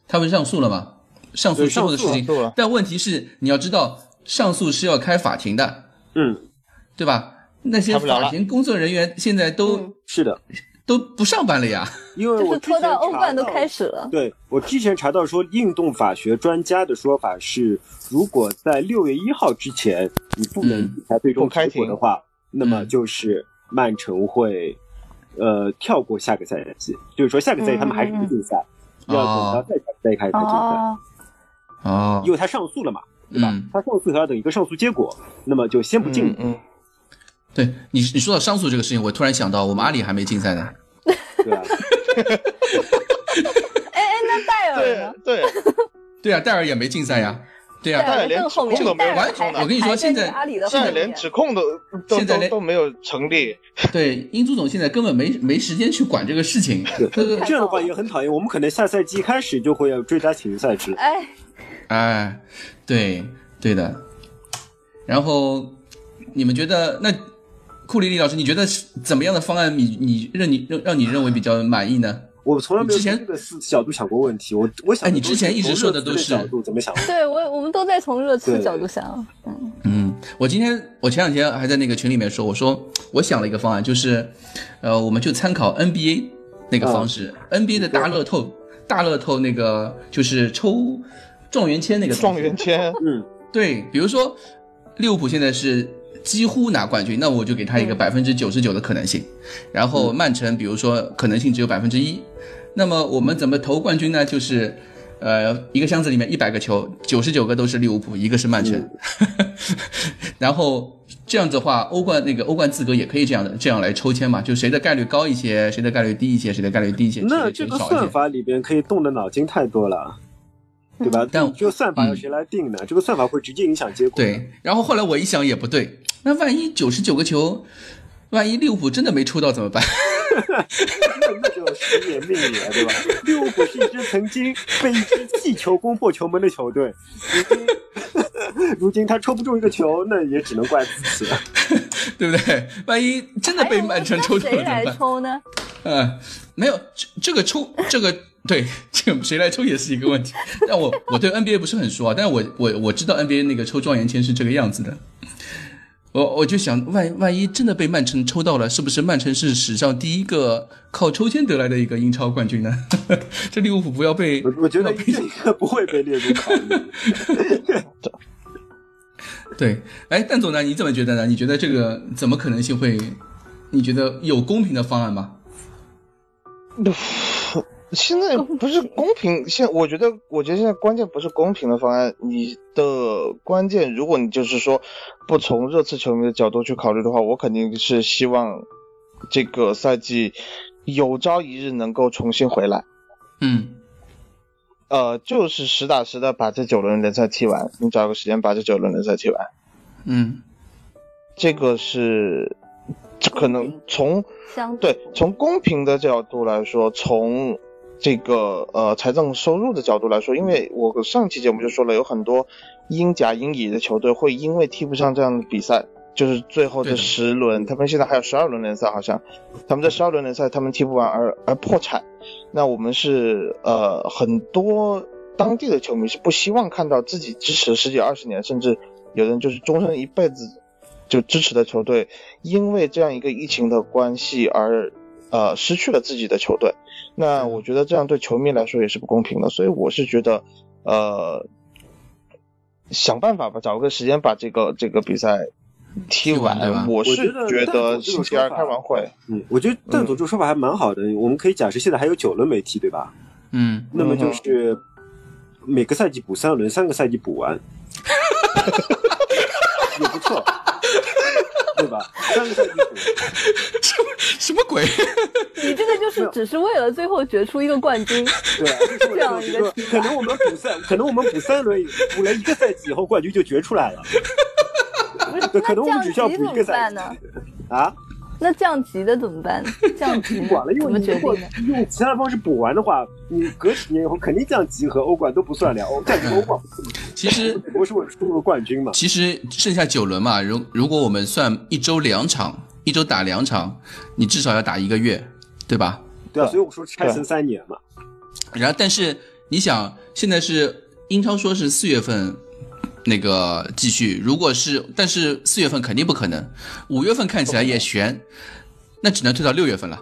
[SPEAKER 2] 他们上诉了吗？上诉之后的事
[SPEAKER 3] 对上诉了上诉
[SPEAKER 2] 情
[SPEAKER 3] 了，
[SPEAKER 2] 但问题是你要知道，上诉是要开法庭的，
[SPEAKER 4] 嗯，
[SPEAKER 2] 对吧？那些
[SPEAKER 3] 开不了了
[SPEAKER 2] 法庭工作人员现在都、
[SPEAKER 5] 嗯
[SPEAKER 4] 是的，
[SPEAKER 2] 都不上班了呀，
[SPEAKER 4] 因为
[SPEAKER 5] 就
[SPEAKER 4] 我
[SPEAKER 5] 是拖到欧冠都
[SPEAKER 4] 始。
[SPEAKER 5] 开始了。
[SPEAKER 4] 对我之前查到说，运动法学专家的说法是，如果在六月一号之前你不能
[SPEAKER 2] 嗯
[SPEAKER 4] 才最终
[SPEAKER 3] 不开
[SPEAKER 4] 结果
[SPEAKER 3] 庭
[SPEAKER 4] 的话，那么
[SPEAKER 2] 嗯
[SPEAKER 4] 就是曼城会呃跳过下个赛季，就是说下个赛季他们还是不竞赛，
[SPEAKER 2] 嗯嗯嗯
[SPEAKER 4] 要等到再下个赛季开始才竞赛，
[SPEAKER 5] 哦，
[SPEAKER 2] 哦
[SPEAKER 4] 因，为他上诉了嘛，对吧？
[SPEAKER 2] 嗯，
[SPEAKER 4] 他上诉还要等一个上诉结果，那么就先不进。
[SPEAKER 3] 嗯嗯，
[SPEAKER 2] 对你你说到上诉这个事情，我突然想到我们阿里还没竞赛呢。
[SPEAKER 4] 对吧？
[SPEAKER 5] 哎哎，那戴尔
[SPEAKER 3] 对
[SPEAKER 5] 呢？
[SPEAKER 3] 对，
[SPEAKER 2] 对啊，戴尔也没竞赛呀。对啊呀、
[SPEAKER 3] 戴尔连
[SPEAKER 5] 更后
[SPEAKER 3] 指控都
[SPEAKER 5] 面，
[SPEAKER 3] 没有
[SPEAKER 5] 戴尔
[SPEAKER 2] 完
[SPEAKER 5] 还
[SPEAKER 2] 我跟你说
[SPEAKER 5] 还
[SPEAKER 2] 现
[SPEAKER 5] 在
[SPEAKER 2] 在
[SPEAKER 5] 那个阿里的后
[SPEAKER 3] 现在
[SPEAKER 5] 面
[SPEAKER 3] 连指控都都
[SPEAKER 2] 现在
[SPEAKER 3] 都
[SPEAKER 2] 连
[SPEAKER 3] 都没有成立，
[SPEAKER 2] 对，英足总现在根本没没时间去管这个事情。这个
[SPEAKER 4] 这样的话也很讨厌。我们可能下赛季一开始就会要追加体育赛制，
[SPEAKER 5] 哎，
[SPEAKER 2] 哎，对对的。然后你们觉得那库里里老师，你觉得是怎么样的方案你你认你让让你认为比较满意呢？
[SPEAKER 4] 我从来没
[SPEAKER 2] 你
[SPEAKER 4] 有
[SPEAKER 2] 之前
[SPEAKER 4] 从这个思角度想过问题。我我想
[SPEAKER 2] 哎
[SPEAKER 4] 的
[SPEAKER 2] 你
[SPEAKER 4] 都
[SPEAKER 2] 之前
[SPEAKER 4] 是
[SPEAKER 2] 一直
[SPEAKER 4] 从
[SPEAKER 2] 说
[SPEAKER 4] 热
[SPEAKER 2] 的
[SPEAKER 4] 刺
[SPEAKER 2] 都是
[SPEAKER 4] 角度怎么想的？
[SPEAKER 5] 对我我们都在从热刺的
[SPEAKER 4] 对
[SPEAKER 5] 角度想，
[SPEAKER 2] 嗯，我今天我前两天还在那个群里面说，我说我想了一个方案，就是呃，我们就参考 NBA 那个方式、n b a 的大乐透，大乐透那个就是抽状元签那个方式
[SPEAKER 3] 状元 签，
[SPEAKER 4] 嗯，
[SPEAKER 2] 对，比如说利物浦现在是几乎拿冠军，那我就给他一个
[SPEAKER 4] 嗯
[SPEAKER 2] 百分之九十九的可能性。然后曼城，比如说可能性只有百分之一。那么我们怎么投冠军呢？就是，呃，一个箱子里面一百个球，九十九个都是利物浦，一个是曼城。
[SPEAKER 4] 嗯
[SPEAKER 2] 然后这样子的话，欧冠那个欧冠资格也可以这样的这样来抽签嘛，就谁的概率高一些，谁的概率低一些，谁的概率低一些，
[SPEAKER 4] 那
[SPEAKER 2] 谁
[SPEAKER 4] 这
[SPEAKER 2] 的概率
[SPEAKER 4] 个
[SPEAKER 2] 少一
[SPEAKER 4] 算
[SPEAKER 2] 些。
[SPEAKER 4] 法里边可以动的脑筋太多了，对吧？
[SPEAKER 2] 嗯但
[SPEAKER 4] 这个算法由谁来定呢？这个算法会直接影响结果。，
[SPEAKER 2] 对，然后后来我一想也不对，那万一九十九个球，万一利物浦真的没抽到怎么办？
[SPEAKER 4] 那那就时也命也，对吧？利物浦是一支曾经被一支气球攻破球门的球队，如今 如今他抽不中一个球，那也只能怪自己了。
[SPEAKER 2] 对不对？万一真的被曼城抽到
[SPEAKER 5] 哎
[SPEAKER 2] 了
[SPEAKER 5] 那
[SPEAKER 2] 怎么
[SPEAKER 5] 谁来
[SPEAKER 2] 办？
[SPEAKER 5] 抽呢？
[SPEAKER 2] 嗯，没有，这这个抽这个对， 这个谁来抽也是一个问题。 但我我对 NBA 不是很熟啊，但是我我我知道 NBA 那个抽状元签是这个样子的。我我就想，万万一真的被曼城抽到了，是不是曼城是史上第一个靠抽签得来的一个英超冠军呢？ 这利物浦不要被
[SPEAKER 4] 我我 觉得
[SPEAKER 2] 不要
[SPEAKER 4] 这个不会被列入考虑。
[SPEAKER 2] 对，哎，蛋总呢？你怎么觉得呢？你觉得这个怎么可能性会？你觉得有公平的方案吗？
[SPEAKER 3] 现在不是公平，现我觉得，我觉得现在关键不是公平的方案，你的关键，如果你就是说不从热刺球迷的角度去考虑的话，我肯定是希望这个赛季有朝一日能够重新回来，
[SPEAKER 2] 嗯
[SPEAKER 3] 呃，就是实打实的把这九轮联赛踢完，你找个时间把这九轮联赛踢完，
[SPEAKER 2] 嗯
[SPEAKER 3] 这个是这可能从。
[SPEAKER 5] 相
[SPEAKER 3] 对，从公平的角度来说，从这个呃财政收入的角度来说，因为我上期节目就说了，有很多英甲、英乙的球队会因为踢不上这样的比赛，就是最后
[SPEAKER 2] 对的
[SPEAKER 3] 这十轮，他们现在还有十二轮联赛，好像他们这十二轮联赛他们踢不完而而破产。那我们是呃很多当地的球迷是不希望看到自己支持十几二十年，甚至有人就是终身一辈子就支持的球队，因为这样一个疫情的关系而呃失去了自己的球队。那我觉得这样对球迷来说也是不公平的，所以我是觉得呃想办法吧，找个时间把这个这个比赛踢
[SPEAKER 2] 踢完对吧
[SPEAKER 3] 完。我是
[SPEAKER 4] 我觉
[SPEAKER 3] 觉
[SPEAKER 4] 得但
[SPEAKER 3] 得
[SPEAKER 4] 我这种
[SPEAKER 3] 星期二
[SPEAKER 4] 说法
[SPEAKER 3] 开完会，
[SPEAKER 4] 嗯，我觉得邓总这个说法还蛮好的。我们可以假设现在还有九轮没踢，对吧？
[SPEAKER 2] 嗯，
[SPEAKER 4] 那么就是每个赛季补三轮，三个赛季补完，也不错，对吧？三个赛季补，
[SPEAKER 2] 什么鬼？
[SPEAKER 5] 你这个就是只是为了最后决出一个冠 军，
[SPEAKER 4] 对啊，这是我
[SPEAKER 5] 这样
[SPEAKER 4] 的
[SPEAKER 5] 一
[SPEAKER 4] 觉
[SPEAKER 5] 个
[SPEAKER 4] 得可能我们补三，可能我们补三轮，补了一个赛季以后，冠军就决出来了
[SPEAKER 5] 不是
[SPEAKER 4] 对可能我们
[SPEAKER 5] 那
[SPEAKER 4] 只需要
[SPEAKER 5] 降级
[SPEAKER 4] 补
[SPEAKER 5] 怎
[SPEAKER 4] 一个
[SPEAKER 5] 么
[SPEAKER 4] 赛
[SPEAKER 5] 办
[SPEAKER 4] 季
[SPEAKER 5] 呢？
[SPEAKER 4] 啊！
[SPEAKER 5] 那降级的怎 么办？降级
[SPEAKER 4] 管了，因
[SPEAKER 5] 怎
[SPEAKER 4] 为
[SPEAKER 5] 么
[SPEAKER 4] 你
[SPEAKER 5] 决
[SPEAKER 4] 如果
[SPEAKER 5] 定呢？
[SPEAKER 4] 用其他的方式补完的话，你隔几年以后肯定降级和欧冠都不算了，欧战级欧冠
[SPEAKER 2] 其实
[SPEAKER 4] 只不过是为了输个冠军嘛。
[SPEAKER 2] 其实剩下九轮嘛，如如果我们算一周两场，一周打两场，你至少要打一个月，对吧？
[SPEAKER 4] 对啊，
[SPEAKER 3] 对
[SPEAKER 4] 所以我说拆成三年嘛。
[SPEAKER 2] 然后，但是你想，现在是英超说是四月份那个继续，如果是，但是四月份肯定不可能，五月份看起来也悬，那只能推到六月份了，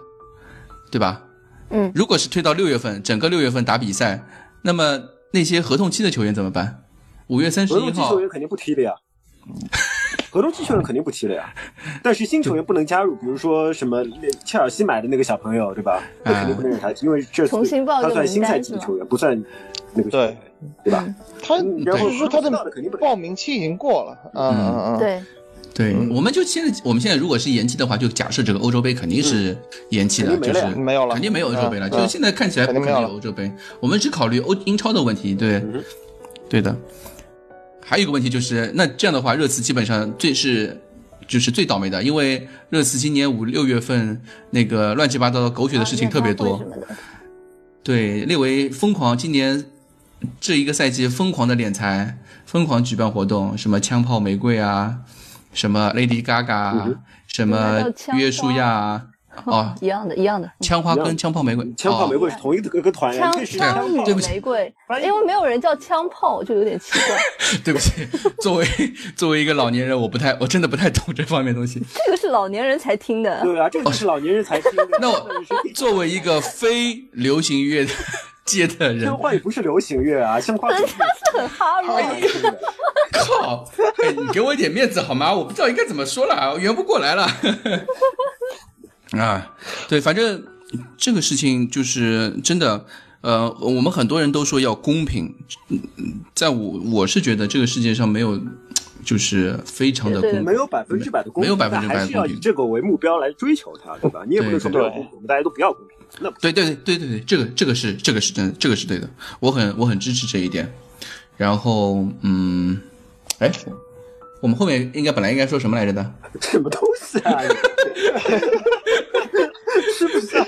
[SPEAKER 2] 对吧？
[SPEAKER 5] 嗯，
[SPEAKER 2] 如果是推到六月份，整个六月份打比赛，那么那些合同期的球员怎么办？五月三十
[SPEAKER 4] 合
[SPEAKER 2] 一
[SPEAKER 4] 同期
[SPEAKER 2] 号
[SPEAKER 4] 球员肯定不踢的呀。俄罗斯球员肯定不踢了呀，但是新球员不能加入，比如说什么那切尔西买的那个小朋友，对吧？那肯定不能让他踢，因为这
[SPEAKER 5] 重新报一个
[SPEAKER 4] 他算
[SPEAKER 5] 名
[SPEAKER 4] 新赛
[SPEAKER 5] 单
[SPEAKER 4] 季
[SPEAKER 5] 是嗯
[SPEAKER 4] 的
[SPEAKER 5] 吗
[SPEAKER 4] 球员，不算那个球员，对吧？
[SPEAKER 3] 他
[SPEAKER 4] 然
[SPEAKER 3] 就
[SPEAKER 4] 后
[SPEAKER 3] 是说他
[SPEAKER 4] 知道的肯定不
[SPEAKER 3] 的报名期已经过了，嗯嗯嗯，，
[SPEAKER 5] 对，
[SPEAKER 2] 对，我们就现在，我们现在如果是延期的话，就假设这个欧洲杯肯定是延期的，
[SPEAKER 4] 肯
[SPEAKER 2] 就
[SPEAKER 4] 定没了呀
[SPEAKER 2] 是
[SPEAKER 3] 没有了
[SPEAKER 2] 肯定没有欧洲杯了。
[SPEAKER 3] 嗯
[SPEAKER 2] 就是现在看起来不可能
[SPEAKER 3] 肯定没
[SPEAKER 2] 有
[SPEAKER 3] 有了
[SPEAKER 2] 欧洲杯，我们只考虑欧英超的问题，对
[SPEAKER 4] 嗯，
[SPEAKER 2] 对的。还有一个问题就是，那这样的话，热刺基本上最是就是最倒霉的，因为热刺今年五六月份那个乱七八糟的狗血的事情特别多，
[SPEAKER 5] 啊演唱会什么的
[SPEAKER 2] 对，列维疯狂，今年这一个赛季疯狂的敛财，疯狂举办活动，什么枪炮玫瑰啊，什么 Lady Gaga，、啊，什么约书亚啊，哦，
[SPEAKER 5] 一样的，一样的。
[SPEAKER 2] 枪花
[SPEAKER 4] 一
[SPEAKER 2] 跟
[SPEAKER 4] 样
[SPEAKER 2] 枪炮玫瑰，
[SPEAKER 4] 枪炮玫
[SPEAKER 2] 哦、
[SPEAKER 4] 瑰是同一个一个团哎呀，
[SPEAKER 5] 枪
[SPEAKER 4] 这是
[SPEAKER 5] 枪
[SPEAKER 4] 枪炮
[SPEAKER 5] 与
[SPEAKER 2] 对不起
[SPEAKER 5] 玫瑰，
[SPEAKER 4] 翻译
[SPEAKER 5] 因为没有人叫枪炮，就有点奇 怪。
[SPEAKER 2] 对不起，作为作为一个老年人，我不太，我真的不太懂这方面东西。
[SPEAKER 5] 这个是老年人才听 的，
[SPEAKER 4] 对啊，这个就是老年 人才听的。
[SPEAKER 2] 那我作 为一个非流行乐的界的人
[SPEAKER 4] 枪，花也不是流行乐啊，枪花
[SPEAKER 5] 人
[SPEAKER 4] 是
[SPEAKER 5] 家是很哈
[SPEAKER 4] 哈
[SPEAKER 5] 罗
[SPEAKER 4] 尔。滨的
[SPEAKER 2] 靠、哎，你给我一点面子好吗？我不知道应该怎么说了啊，我圆不过来了。 啊，对，反正这个事情就是真的，呃，我们很多人都说要公平，嗯嗯在我我是觉得这个世界上没有，就是非常的
[SPEAKER 5] 对
[SPEAKER 2] 公平
[SPEAKER 5] 对
[SPEAKER 4] 没。有百分之百的公平，
[SPEAKER 2] 没有百分之百的
[SPEAKER 4] 但还是要
[SPEAKER 2] 公平
[SPEAKER 4] 以这个为目标来追求它，对吧？你也不能说没
[SPEAKER 3] 对
[SPEAKER 4] 有公平，我们大家都不要公平。那
[SPEAKER 2] 对对对对对对，这个这个是这个是真的，这个是对的，我很我很支持这一点。然后，嗯，哎，我们后面应该本来应该说什么来着的？
[SPEAKER 4] 什么东西啊？吃不下。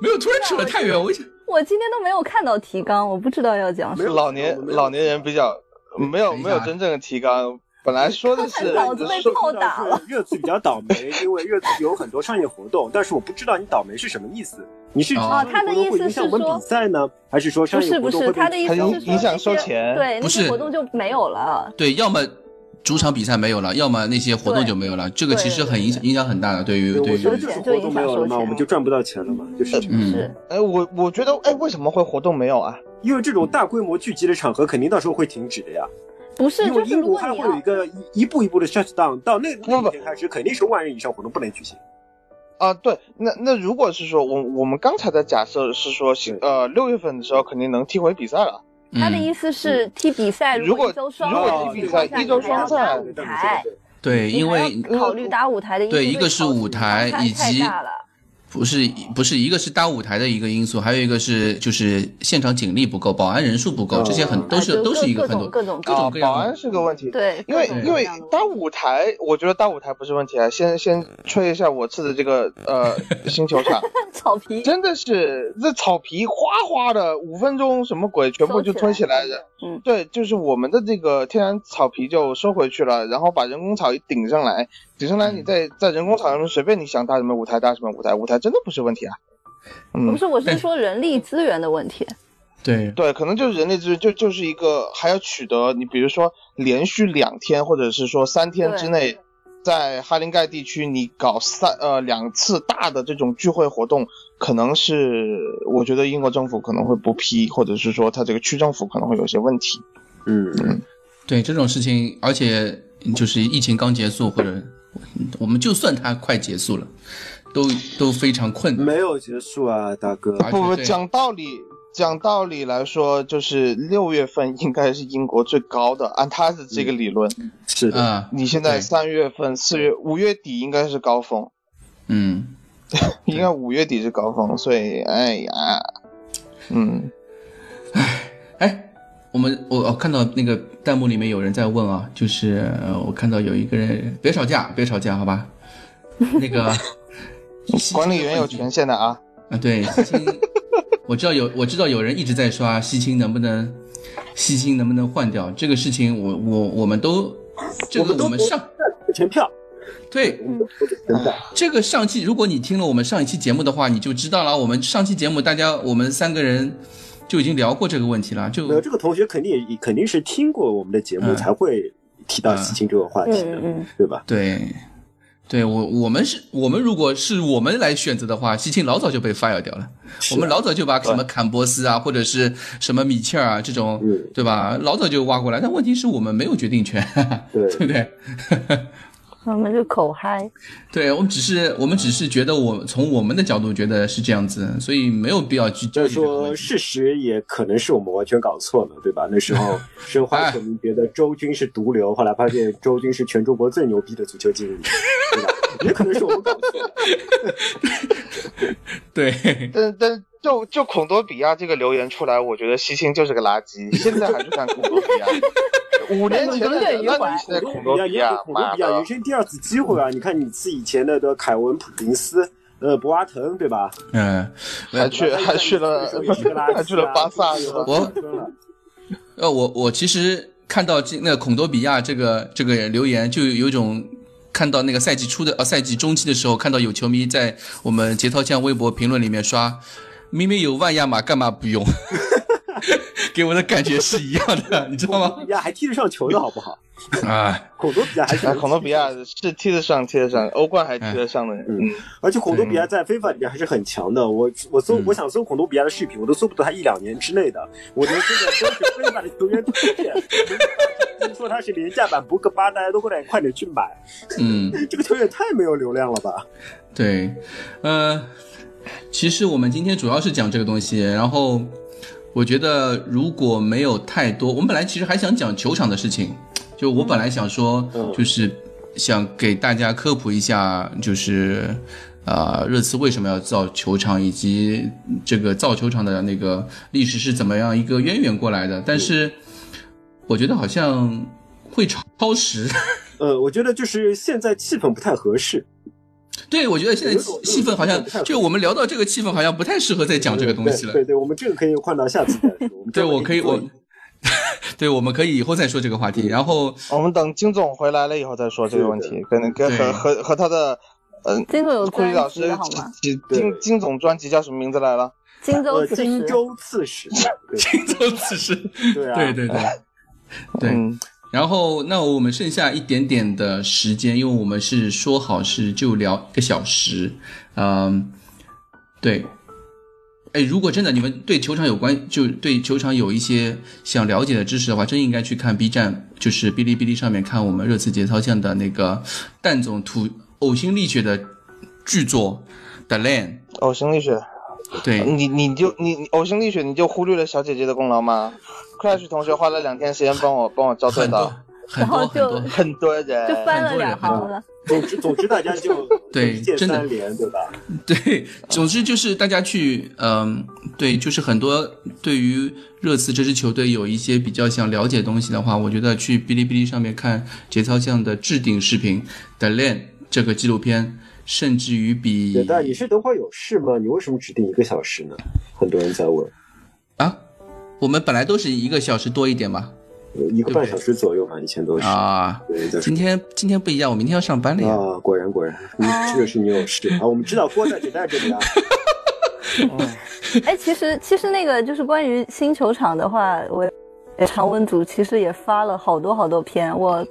[SPEAKER 2] 没有，突然扯得太远，我一想
[SPEAKER 5] 我今天都没有看到提纲，我不知道要讲什
[SPEAKER 4] 没
[SPEAKER 5] 么。
[SPEAKER 4] 有
[SPEAKER 3] 老年
[SPEAKER 4] 我没有
[SPEAKER 3] 老年人比较没有
[SPEAKER 2] 等一下
[SPEAKER 3] 没有真正的提纲，本来 说的是
[SPEAKER 5] 脑子被
[SPEAKER 3] 说
[SPEAKER 5] 炮打了。
[SPEAKER 4] 热刺比较倒霉，因为热刺有很多商业活动，但是我不知道你倒霉是什么意思。你是指
[SPEAKER 2] 哦
[SPEAKER 4] 商业活动会影响我
[SPEAKER 5] 他的意思是
[SPEAKER 4] 们
[SPEAKER 5] 说
[SPEAKER 4] 比赛呢，还是说
[SPEAKER 5] 不
[SPEAKER 4] 商业
[SPEAKER 5] 是
[SPEAKER 4] 活
[SPEAKER 5] 不
[SPEAKER 4] 动会
[SPEAKER 5] 是，
[SPEAKER 4] 被
[SPEAKER 5] 他的意思是
[SPEAKER 3] 影
[SPEAKER 5] 说
[SPEAKER 3] 影响
[SPEAKER 5] 那些
[SPEAKER 3] 收钱
[SPEAKER 5] 对，那
[SPEAKER 2] 不
[SPEAKER 5] 些
[SPEAKER 2] 是
[SPEAKER 5] 活动就没有了。啊
[SPEAKER 2] 对，要么主场比赛没有了，要么那些活动
[SPEAKER 5] 对
[SPEAKER 2] 就没有了。这个其实
[SPEAKER 5] 对
[SPEAKER 2] 很影响影响很大的，对于对
[SPEAKER 4] 我觉得
[SPEAKER 2] 于
[SPEAKER 4] 就是
[SPEAKER 5] 收钱就
[SPEAKER 4] 活
[SPEAKER 5] 影
[SPEAKER 4] 动
[SPEAKER 5] 响
[SPEAKER 4] 没有了
[SPEAKER 5] 收
[SPEAKER 4] 嘛，
[SPEAKER 5] 钱
[SPEAKER 4] 我们就赚不到钱了嘛，就是这样。
[SPEAKER 2] 嗯
[SPEAKER 5] 是，
[SPEAKER 3] 哎，我我觉得哎，为什么会活动没有啊？
[SPEAKER 4] 因为这种大规模聚集的场合，肯定到时候会停止的呀。
[SPEAKER 5] 不是
[SPEAKER 4] 因为
[SPEAKER 5] 就是
[SPEAKER 4] 英
[SPEAKER 5] 如
[SPEAKER 4] 国
[SPEAKER 5] 果
[SPEAKER 4] 它
[SPEAKER 5] 你
[SPEAKER 4] 会有一
[SPEAKER 5] 要
[SPEAKER 4] 个一一步一步的 shut down，到那
[SPEAKER 3] 不
[SPEAKER 4] 那
[SPEAKER 3] 不
[SPEAKER 4] 一天开始，肯定是万人以上活动不能举行。
[SPEAKER 3] 啊，对，那那如果是说我我们刚才的假设是说，行，呃，六月份的时候肯定能踢回比赛了，
[SPEAKER 5] 他的
[SPEAKER 2] 嗯，
[SPEAKER 5] 意思是踢比赛，
[SPEAKER 3] 如
[SPEAKER 5] 果
[SPEAKER 3] 果
[SPEAKER 5] 一周双
[SPEAKER 3] 如果
[SPEAKER 5] 赛
[SPEAKER 3] 踢比
[SPEAKER 5] 情况
[SPEAKER 3] 赛
[SPEAKER 5] 下
[SPEAKER 3] 一周
[SPEAKER 5] 你还要
[SPEAKER 3] 双赛
[SPEAKER 5] 打舞台，
[SPEAKER 2] 对，
[SPEAKER 5] 你
[SPEAKER 2] 因
[SPEAKER 5] 还要
[SPEAKER 2] 为
[SPEAKER 5] 考虑搭舞台的因素
[SPEAKER 2] 对一个是
[SPEAKER 5] 考虑
[SPEAKER 2] 舞台
[SPEAKER 5] 太
[SPEAKER 2] 以及
[SPEAKER 5] 太大了
[SPEAKER 2] 不是不是一个是搭舞台的一个因素，还有一个是就是现场警力不够，保安人数不够，这些很
[SPEAKER 5] 啊
[SPEAKER 2] 都是
[SPEAKER 5] 就
[SPEAKER 2] 都是一
[SPEAKER 5] 各
[SPEAKER 2] 个很
[SPEAKER 5] 种
[SPEAKER 2] 多
[SPEAKER 5] 各种
[SPEAKER 2] 各种
[SPEAKER 3] 啊
[SPEAKER 2] 各，
[SPEAKER 3] 保
[SPEAKER 2] 样的
[SPEAKER 3] 安是个问题，
[SPEAKER 5] 对，
[SPEAKER 3] 因为
[SPEAKER 5] 各种
[SPEAKER 3] 因
[SPEAKER 5] 各
[SPEAKER 3] 为
[SPEAKER 5] 样的
[SPEAKER 3] 搭舞台，我觉得搭舞台不是问题啊。先先吹一下我次的这个 呃新球场，
[SPEAKER 5] 草皮
[SPEAKER 3] 真的是这草皮哗哗的，五分钟什么鬼，全部就
[SPEAKER 5] 收
[SPEAKER 3] 推
[SPEAKER 5] 起
[SPEAKER 3] 起
[SPEAKER 5] 来
[SPEAKER 3] 来的。
[SPEAKER 5] 嗯
[SPEAKER 3] 对，就是我们的这个天然草皮就收回去了，然后把人工草一顶上来，顶上来你在在人工草上面随便你想搭什么舞台搭什么舞台，舞台真的不是问题啊。
[SPEAKER 5] 不
[SPEAKER 3] 嗯，
[SPEAKER 5] 是，我是说人力资源的问题。
[SPEAKER 2] 对
[SPEAKER 3] 对，可能就是人力资源就就是一个还要取得你比如说连续两天或者是说三天之内，在哈林盖地区你搞三呃两次大的这种聚会活动，可能是我觉得英国政府可能会不批，或者是说他这个区政府可能会有些问题。
[SPEAKER 4] 嗯，
[SPEAKER 2] 对这种事情，而且就是疫情刚结束，或者我们就算它快结束了，都都非常困难。
[SPEAKER 4] 没有结束啊，大哥。
[SPEAKER 2] 而且
[SPEAKER 3] 不不，
[SPEAKER 2] 这
[SPEAKER 3] 讲道理。讲道理来说，就是六月份应该是英国最高的，按他的这个理论，
[SPEAKER 4] 是的，
[SPEAKER 2] 啊，
[SPEAKER 3] 你现在
[SPEAKER 2] 嗯对
[SPEAKER 3] 三月份、四月、五月底应该是高峰，
[SPEAKER 2] 嗯。
[SPEAKER 3] 应该五月底是高峰，所以哎呀，嗯，
[SPEAKER 2] 哎，我们我我看到那个弹幕里面有人在问啊，就是、呃我看到有一个人，别吵架，别吵架，好吧？那 个
[SPEAKER 3] 管理员有权限的啊，
[SPEAKER 2] 啊，对，西青，我知道有我知道有人一直在刷西青能不能西青能不能换掉这个事情我，我我们都这
[SPEAKER 4] 我
[SPEAKER 2] 个
[SPEAKER 4] 们都
[SPEAKER 2] 我们上
[SPEAKER 4] 全票。嗯
[SPEAKER 2] 对
[SPEAKER 4] 真的，
[SPEAKER 2] 这个上期，如果你听了我们上一期节目的话，你就知道了。我们上期节目大家我们三个人就已经聊过这个问题了，就
[SPEAKER 4] 没有这个同学肯定也肯定是听过我们的节目
[SPEAKER 2] 嗯
[SPEAKER 4] 才会提到西青这个话题
[SPEAKER 5] 嗯
[SPEAKER 4] 的，
[SPEAKER 5] 嗯，
[SPEAKER 4] 对吧？
[SPEAKER 2] 对，对我，我们是我们如果是我们来选择的话，西青老早就被 fire 掉了。
[SPEAKER 4] 啊
[SPEAKER 2] 我们老早就把什么坎波斯啊，或者是什么米切尔啊这种
[SPEAKER 4] 嗯，
[SPEAKER 2] 对吧？老早就挖过来，但问题是我们没有决定权，
[SPEAKER 4] 对
[SPEAKER 2] 对不对？
[SPEAKER 5] 他们就口嗨，
[SPEAKER 2] 对我们只是我们只是觉得我从我们的角度觉得是这样子，所以没有必要去纠
[SPEAKER 4] 就是
[SPEAKER 2] 结这个问题。
[SPEAKER 4] 说，事实也可能是我们完全搞错了，对吧？那 时候申花球迷觉得周军是毒瘤，后来发现周军是全中国最牛逼的足球经理，对 吧？也可能是我们搞错了。
[SPEAKER 2] 对，
[SPEAKER 3] 但但就就孔多比亚这个留言出来，我觉得西青就是个垃圾，现在还是看孔多比亚。五年前的人，那你现在孔多
[SPEAKER 4] 比
[SPEAKER 3] 比
[SPEAKER 4] 亚
[SPEAKER 3] 亚，，
[SPEAKER 4] 孔多
[SPEAKER 3] 妈
[SPEAKER 4] 比亚人
[SPEAKER 3] 的，
[SPEAKER 4] 生第二次机会啊！你看你自己以前的的凯文、普林斯、呃博阿滕，对吧？
[SPEAKER 2] 嗯，
[SPEAKER 3] 还去 还去了 还去了巴萨是吧？
[SPEAKER 2] 我呃，我我其实看到这那个孔多比亚这个这个留言，就有一种看到那个赛季初的呃赛季中期的时候，看到有球迷在我们节操酱微博评论里面刷，明明有万亚马，干嘛不用？ 给我的感觉是一样的，你知道吗？
[SPEAKER 4] 比亚还踢得上球的好不好？
[SPEAKER 2] 哎，
[SPEAKER 4] 孔多比亚还是
[SPEAKER 3] 哎，孔多比亚是踢得上，踢得上，欧冠还踢得上的。
[SPEAKER 4] 嗯，而且孔多比亚在非法里面还是很强的。我我搜
[SPEAKER 2] 嗯
[SPEAKER 4] 我想搜孔多比亚的视频，我都搜不到他一两年之内的，我能搜的都是非法的球员图片。听说他是廉价版博格巴，大家都快点快点去买。
[SPEAKER 2] 嗯。
[SPEAKER 4] 这个球也太没有流量了吧？
[SPEAKER 2] 对，呃，其实我们今天主要是讲这个东西，然后我觉得如果没有太多，我们本来其实还想讲球场的事情，就我本来想说
[SPEAKER 4] 嗯，
[SPEAKER 2] 就是想给大家科普一下，就是。啊、热刺为什么要造球场，以及这个造球场的那个历史是怎么样一个渊源过来的？但是，我觉得好像会超时。
[SPEAKER 4] 呃，我觉得就是现在气氛不太合适。
[SPEAKER 2] 对，我觉得现在
[SPEAKER 4] 有一
[SPEAKER 2] 气
[SPEAKER 4] 种
[SPEAKER 2] 气氛好
[SPEAKER 4] 有一
[SPEAKER 2] 像
[SPEAKER 4] 种不太，合
[SPEAKER 2] 就我们聊到这个气氛，好像不太适合再讲这个东西了
[SPEAKER 4] 对。对对，我们这个可以换到下次再说。们
[SPEAKER 2] 对，
[SPEAKER 4] 专门
[SPEAKER 2] 我可以，
[SPEAKER 4] 做
[SPEAKER 2] 我
[SPEAKER 4] 一
[SPEAKER 2] 对，我们可以以后再说这个话题。然后，
[SPEAKER 3] 我们等金总回来了以后再说这个问题，跟跟和和和他的，嗯，
[SPEAKER 5] 金总有
[SPEAKER 3] 库里老
[SPEAKER 5] 专辑
[SPEAKER 3] 师呃
[SPEAKER 5] 的好吗？
[SPEAKER 3] 金金金总专辑叫什么名字来了？
[SPEAKER 5] 荆州
[SPEAKER 4] 呃
[SPEAKER 5] 此时，
[SPEAKER 4] 荆州刺史， 对
[SPEAKER 2] 周此时，
[SPEAKER 4] 对啊，
[SPEAKER 2] 对对对对。
[SPEAKER 3] 嗯，
[SPEAKER 2] 然后，那我们剩下一点点的时间，因为我们是说好是就聊一个小时，嗯，对。哎，如果真的你们对球场有关，就对球场有一些想了解的知识的话，真应该去看 B 站，就是哔哩哔哩上面看我们热刺节操酱的那个蛋总吐呕心沥血的巨作《The Land
[SPEAKER 3] 呕心沥血，》。
[SPEAKER 2] 对，
[SPEAKER 4] 嗯
[SPEAKER 3] 你你就你你呕心沥血，你就忽略了小姐姐的功劳吗？Crash
[SPEAKER 4] 嗯
[SPEAKER 3] 同学花了两天时间帮我帮我校
[SPEAKER 2] 很
[SPEAKER 3] 正
[SPEAKER 2] 多
[SPEAKER 3] 的，
[SPEAKER 2] 很多
[SPEAKER 5] 然后
[SPEAKER 2] 很多
[SPEAKER 5] 就，
[SPEAKER 3] 很多人，
[SPEAKER 5] 就翻了两
[SPEAKER 2] 啊
[SPEAKER 5] 行了。
[SPEAKER 4] 总之总之大家就
[SPEAKER 2] 对
[SPEAKER 4] 一键
[SPEAKER 2] 真的
[SPEAKER 4] 三连，对吧？
[SPEAKER 2] 对，总之就是大家去，嗯、对，就是很多对于热刺这支球队有一些比较想了解的东西的话，我觉得去哔哩哔哩上面看节操酱的置顶视频《The Land》这个纪录片，甚至于比
[SPEAKER 4] 对，但你是等会儿有事吗？你为什么只定一个小时呢？很多人在问，
[SPEAKER 2] 啊，我们本来都是一个小时多一点嘛，
[SPEAKER 4] 呃一个半小时左右嘛，以前都是。
[SPEAKER 2] 啊，
[SPEAKER 4] 对，就是
[SPEAKER 2] 今天今天不一样，我明天要上班了呀。
[SPEAKER 4] 啊，果然果然，你这个是你有事啊！我们知道郭大姐在这 里啊，
[SPEAKER 5] 哎，其实其实那个就是关于新球场的话，我常温组其实也发了好多好多篇，我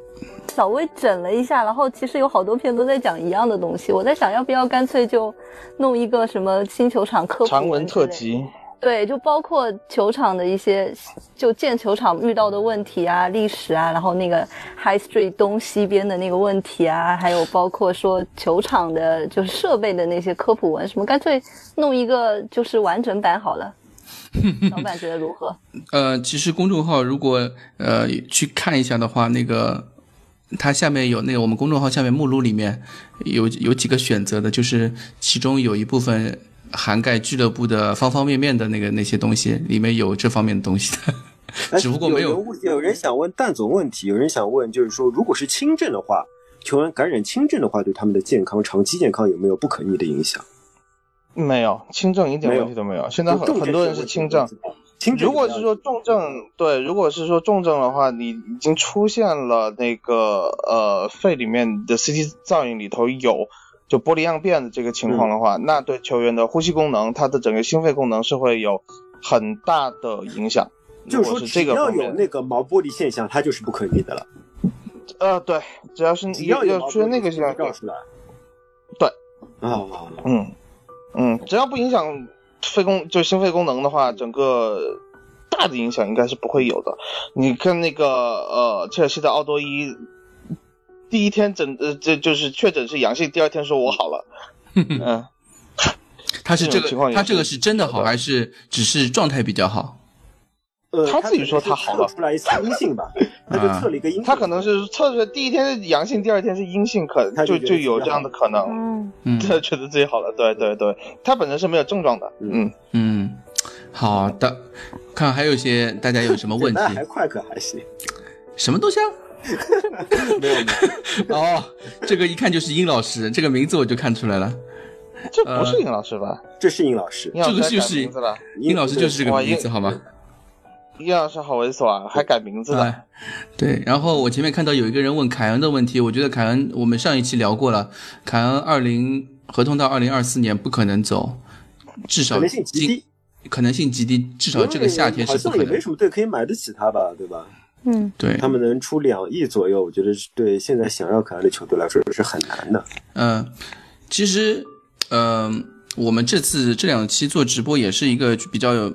[SPEAKER 5] 稍微整了一下，然后其实有好多篇都在讲一样的东西。我在想要不要干脆就弄一个什么新球场科普
[SPEAKER 3] 长文特
[SPEAKER 5] 之类的，
[SPEAKER 3] 辑，
[SPEAKER 5] 对，就包括球场的一些就建球场遇到的问题啊、历史啊，然后那个 High Street 东西边的那个问题啊，还有包括说球场的就是设备的那些科普文什么，干脆弄一个就是完整版好了。老板觉得如何？
[SPEAKER 2] 呃，其实公众号如果呃去看一下的话，那个它下面有那个我们公众号下面目录里面有有几个选择的，就是其中有一部分涵盖俱乐部的方方面面的那个那些东西，里面有这方面的东西的。
[SPEAKER 4] 哎
[SPEAKER 2] 只不过没有
[SPEAKER 4] 有人问有人想问蛋总问题，有人想问就是说，如果是轻症的话，球员感染轻症的话，对他们的健康、长期健康有没有不可逆的影响？
[SPEAKER 3] 没有轻症一点
[SPEAKER 4] 没有
[SPEAKER 3] 问题都没有。现在
[SPEAKER 4] 重
[SPEAKER 3] 很
[SPEAKER 4] 症
[SPEAKER 3] 很多人
[SPEAKER 4] 是
[SPEAKER 3] 是
[SPEAKER 4] 问题
[SPEAKER 3] 轻症，，
[SPEAKER 4] 轻症
[SPEAKER 3] 如果是说重症，对，如果是说重症的话，你已经出现了那个呃肺里面的 CT 造影里头有就玻璃样变的这个情
[SPEAKER 4] 嗯
[SPEAKER 3] 况的话，那对球员的呼吸功能，他的整个心肺功能是会有很大的影响。
[SPEAKER 4] 就是
[SPEAKER 3] 如
[SPEAKER 4] 说
[SPEAKER 3] 果是这
[SPEAKER 4] 只
[SPEAKER 3] 个
[SPEAKER 4] 要
[SPEAKER 3] 方
[SPEAKER 4] 有
[SPEAKER 3] 面，
[SPEAKER 4] 那个毛玻璃现象，它就是不可逆的了。
[SPEAKER 3] 呃，对，只要是
[SPEAKER 4] 只要有
[SPEAKER 3] 要
[SPEAKER 4] 毛
[SPEAKER 3] 出现
[SPEAKER 4] 病
[SPEAKER 3] 那个
[SPEAKER 4] 就
[SPEAKER 3] 现象，
[SPEAKER 4] 告出来，啊，
[SPEAKER 3] 嗯嗯，只要不影响肺功就心肺功能的话，整个大的影响应该是不会有的。你看那个呃，切尔西的奥多伊，第一天诊呃这就是确诊是阳性，第二天说我 好了，嗯、
[SPEAKER 2] 他是这
[SPEAKER 3] 这种情况
[SPEAKER 2] 个，
[SPEAKER 3] 也
[SPEAKER 2] 他
[SPEAKER 3] 是
[SPEAKER 2] 这个是真的好，还是只是状态比较好？
[SPEAKER 4] 呃，
[SPEAKER 3] 他自己说他好了嗯
[SPEAKER 4] 可能是测出来一次阴性吧，他就测了一个阴性，
[SPEAKER 3] 他可能是测出来第一天是阳性，第二天是阴性，可
[SPEAKER 4] 他就
[SPEAKER 3] 就
[SPEAKER 4] 觉得
[SPEAKER 3] 就有
[SPEAKER 4] 自己好
[SPEAKER 3] 这样的可能。
[SPEAKER 5] 嗯，
[SPEAKER 2] 嗯
[SPEAKER 3] 他觉得自己好了，对对对，他本身是没有症状的，嗯，
[SPEAKER 2] 嗯，好的。看还有一些大家有什么问题
[SPEAKER 4] 那？还快可 还行，
[SPEAKER 2] 什么东西啊？
[SPEAKER 3] 没有，
[SPEAKER 2] 哦，这个一看就是殷老师，这个名字我就看出来了。
[SPEAKER 3] 这不是尹老师吧？
[SPEAKER 4] 这是殷老师，
[SPEAKER 3] 尹老
[SPEAKER 2] 呃这个
[SPEAKER 3] 师还
[SPEAKER 2] 就
[SPEAKER 3] 改
[SPEAKER 2] 是
[SPEAKER 3] 名字了，
[SPEAKER 2] 殷老师就是这个
[SPEAKER 3] 哇
[SPEAKER 2] 名
[SPEAKER 3] 殷
[SPEAKER 2] 字好吗？
[SPEAKER 3] 尹老师好猥琐啊，还改名字呢。
[SPEAKER 2] 哎，对。然后我前面看到有一个人问凯恩的问题，我觉得凯恩我们上一期聊过了，凯恩二零合同到二零二四年不可能走，至少
[SPEAKER 4] 可能性极低，
[SPEAKER 2] 今，可能性极低，至少这个夏天
[SPEAKER 4] 好
[SPEAKER 2] 是不
[SPEAKER 4] 像
[SPEAKER 2] 可
[SPEAKER 4] 也
[SPEAKER 2] 能
[SPEAKER 4] 没。什么队可以买得起他吧，对吧？
[SPEAKER 5] 嗯，
[SPEAKER 2] 对，
[SPEAKER 4] 他们能出两亿左右，我觉得是对现在想要可爱的球队来说是很难的。
[SPEAKER 2] 嗯，其实，嗯、我们这次这两期做直播也是一个比较有。